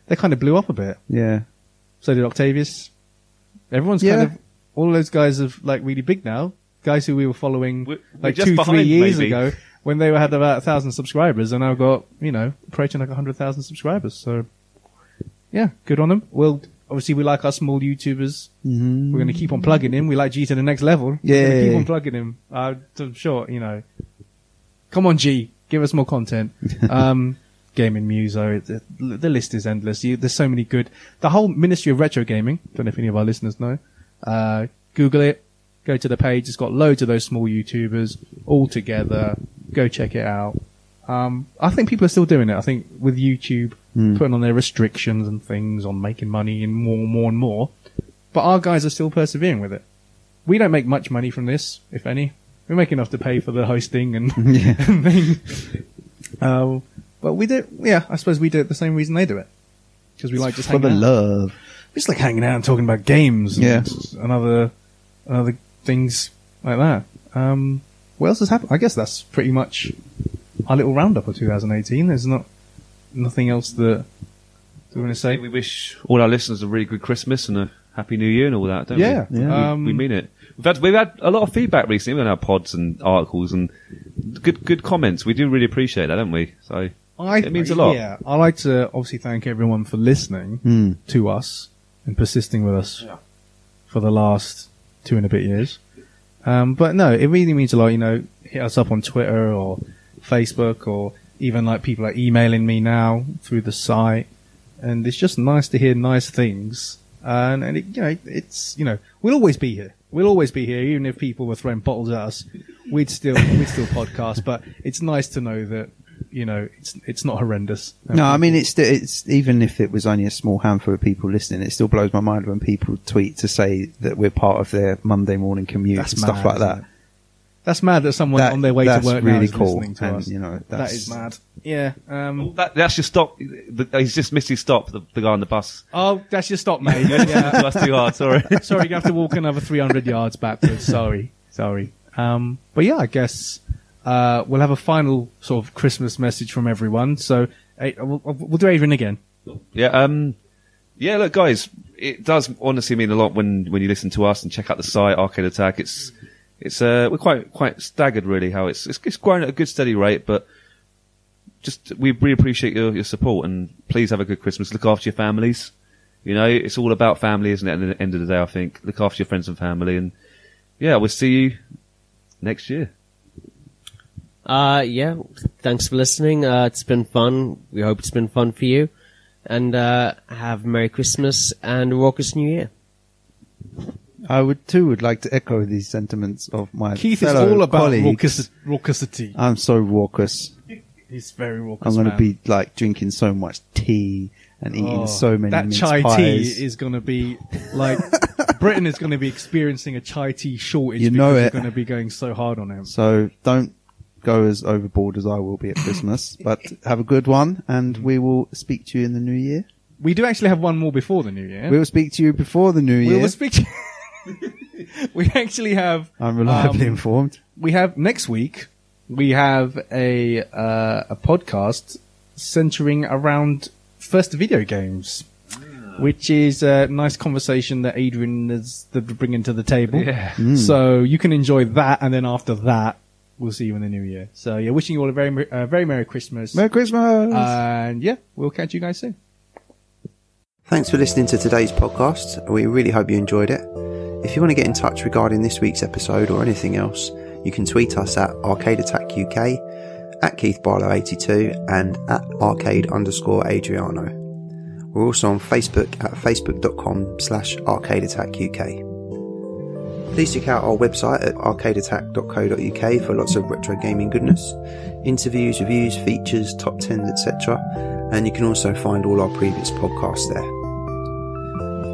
S3: They kind of blew up a bit.
S5: Yeah.
S3: So did Octavius. Everyone's
S5: Yeah.
S3: kind of all those guys are like really big now. Guys who we were following
S4: We're- we're
S3: like
S4: just
S3: two, three
S4: behind,
S3: years
S4: maybe.
S3: ago when they were had about a thousand subscribers, and I've got you know approaching like a hundred thousand subscribers. So yeah, good on them. Well, obviously we like our small YouTubers.
S5: Mhm.
S3: We're going to keep on plugging him. We like G to the next level. We're gonna
S5: Yay.
S3: keep on plugging him. Uh, I'm sure you know. Come on, G, give us more content. um, gaming Muso, it, it, the list is endless. You, there's so many good. The whole Ministry of Retro Gaming. Don't know if any of our listeners know. Uh, Google it. Go to the page. It's got loads of those small YouTubers all together. Go check it out. Um, I think people are still doing it. I think with YouTube putting on their restrictions and things on making money and more and more and more. But our guys are still persevering with it. We don't make much money from this, if any. We make enough to pay for the hosting and, and thing. Uh, but we do, yeah, I suppose we do it the same reason they do it. Because we like just
S5: for the
S3: hanging out.
S5: love.
S3: We just like hanging out and talking about games and,
S5: Yeah.
S3: and other, and other things like that. Um, what else has happened? I guess that's pretty much our little roundup of 2018. There's not nothing else that, do we want to say?
S4: We wish all our listeners a really good Christmas and a happy New Year and all that, don't
S3: Yeah,
S4: we?
S3: yeah.
S4: We-
S3: Um,
S4: we mean it. We've had, we've had a lot of feedback recently on our pods and articles and good good comments. We do really appreciate that, don't we? So
S3: I,
S4: it means a lot.
S3: Yeah, I like to obviously thank everyone for
S5: Hmm.
S3: listening to us and persisting with us for the last two and a bit years. Um, but no, it really means a lot. You know, hit us up on Twitter or Facebook or even like people are emailing me now through the site, and it's just nice to hear nice things. And, and it, you know, it's you know, we'll always be here. We'll always be here, even if people were throwing bottles at us. We'd still we'd still podcast, but it's nice to know that you know it's it's not horrendous.
S5: No, I mean it's sti- it's even if it was only a small handful of people listening, it still blows my mind when people tweet to say that we're part of their Monday morning commute
S3: That's
S5: and stuff
S3: mad,
S5: like
S3: isn't
S5: that.
S3: it? That's mad that someone
S5: That-
S3: on their way to
S5: that's
S3: work now
S5: really
S3: is
S5: cool,
S3: listening to
S5: and,
S3: us.
S5: you know,
S3: that
S5: that's-
S3: is mad. Yeah.
S4: Oh,
S3: Um,
S4: that, that's your stop. The, he's just missed his stop. The, the guy on the bus.
S3: oh, that's your stop, mate.
S4: That
S3: yeah.
S4: was too hard. Sorry.
S3: Sorry, you have to walk another 300 yards backwards. Sorry. Sorry. Um, but yeah, I guess uh, we'll have a final sort of Christmas message from everyone. So eh, we'll, we'll do Adrian again.
S4: Yeah. Um. Yeah. Look, guys, it does honestly mean a lot when when you listen to us and check out the site Arcade Attack. It's it's uh we're quite quite staggered really how it's it's, it's growing at a good steady rate, but just we really appreciate your, your support and please have a good Christmas. Look after your families. You know, it's all about family, isn't it? At the end of the day, I think look after your friends and family, and yeah, we'll see you next year.
S1: Uh, yeah, thanks for listening. Uh, it's been fun. We hope it's been fun for you. And uh, have a Merry Christmas and a raucous New Year.
S5: I would too would like to echo these sentiments of my
S3: Keith is
S5: fellow
S3: all about
S5: colleagues.
S3: raucous, raucousity.
S5: I'm so raucous.
S3: He's very raucous.
S5: I'm going to
S3: man.
S5: be like drinking so much tea and eating
S3: Oh,
S5: so many
S3: That
S5: mince
S3: chai
S5: pies.
S3: tea is going to be like Britain is going to be experiencing a chai tea shortage.
S5: You know
S3: because
S5: it.
S3: We're going to be going so hard on him.
S5: so don't go as overboard as I will be at Christmas, but have a good one and we will speak to you in the new year.
S3: We do actually have one more before the new year.
S5: We will speak to you before the new
S3: We
S5: year.
S3: will speak. we actually have.
S5: I'm reliably
S3: um,
S5: informed.
S3: we have next week. We have a uh, a podcast centering around first video games, which is a nice conversation that Adrian is th- bringing to the table.
S4: Yeah.
S5: Mm.
S3: So you can enjoy that, and then after that, we'll see you in the new year. So yeah, wishing you all a very mer- uh, very merry Christmas,
S5: Merry Christmas!
S3: uh, and yeah, we'll catch you guys soon.
S6: Thanks for listening to today's podcast. We really hope you enjoyed it. If you want to get in touch regarding this week's episode or anything else, you can tweet us at Arcade Attack UK, at Keith Barlow 82 and at arcade underscore Adriano. We're also on Facebook at facebook.com slash arcade attack UK. Please check out our website at arcadeattack.co.uk for lots of retro gaming goodness, interviews, reviews, features, top 10s, etc. And you can also find all our previous podcasts there.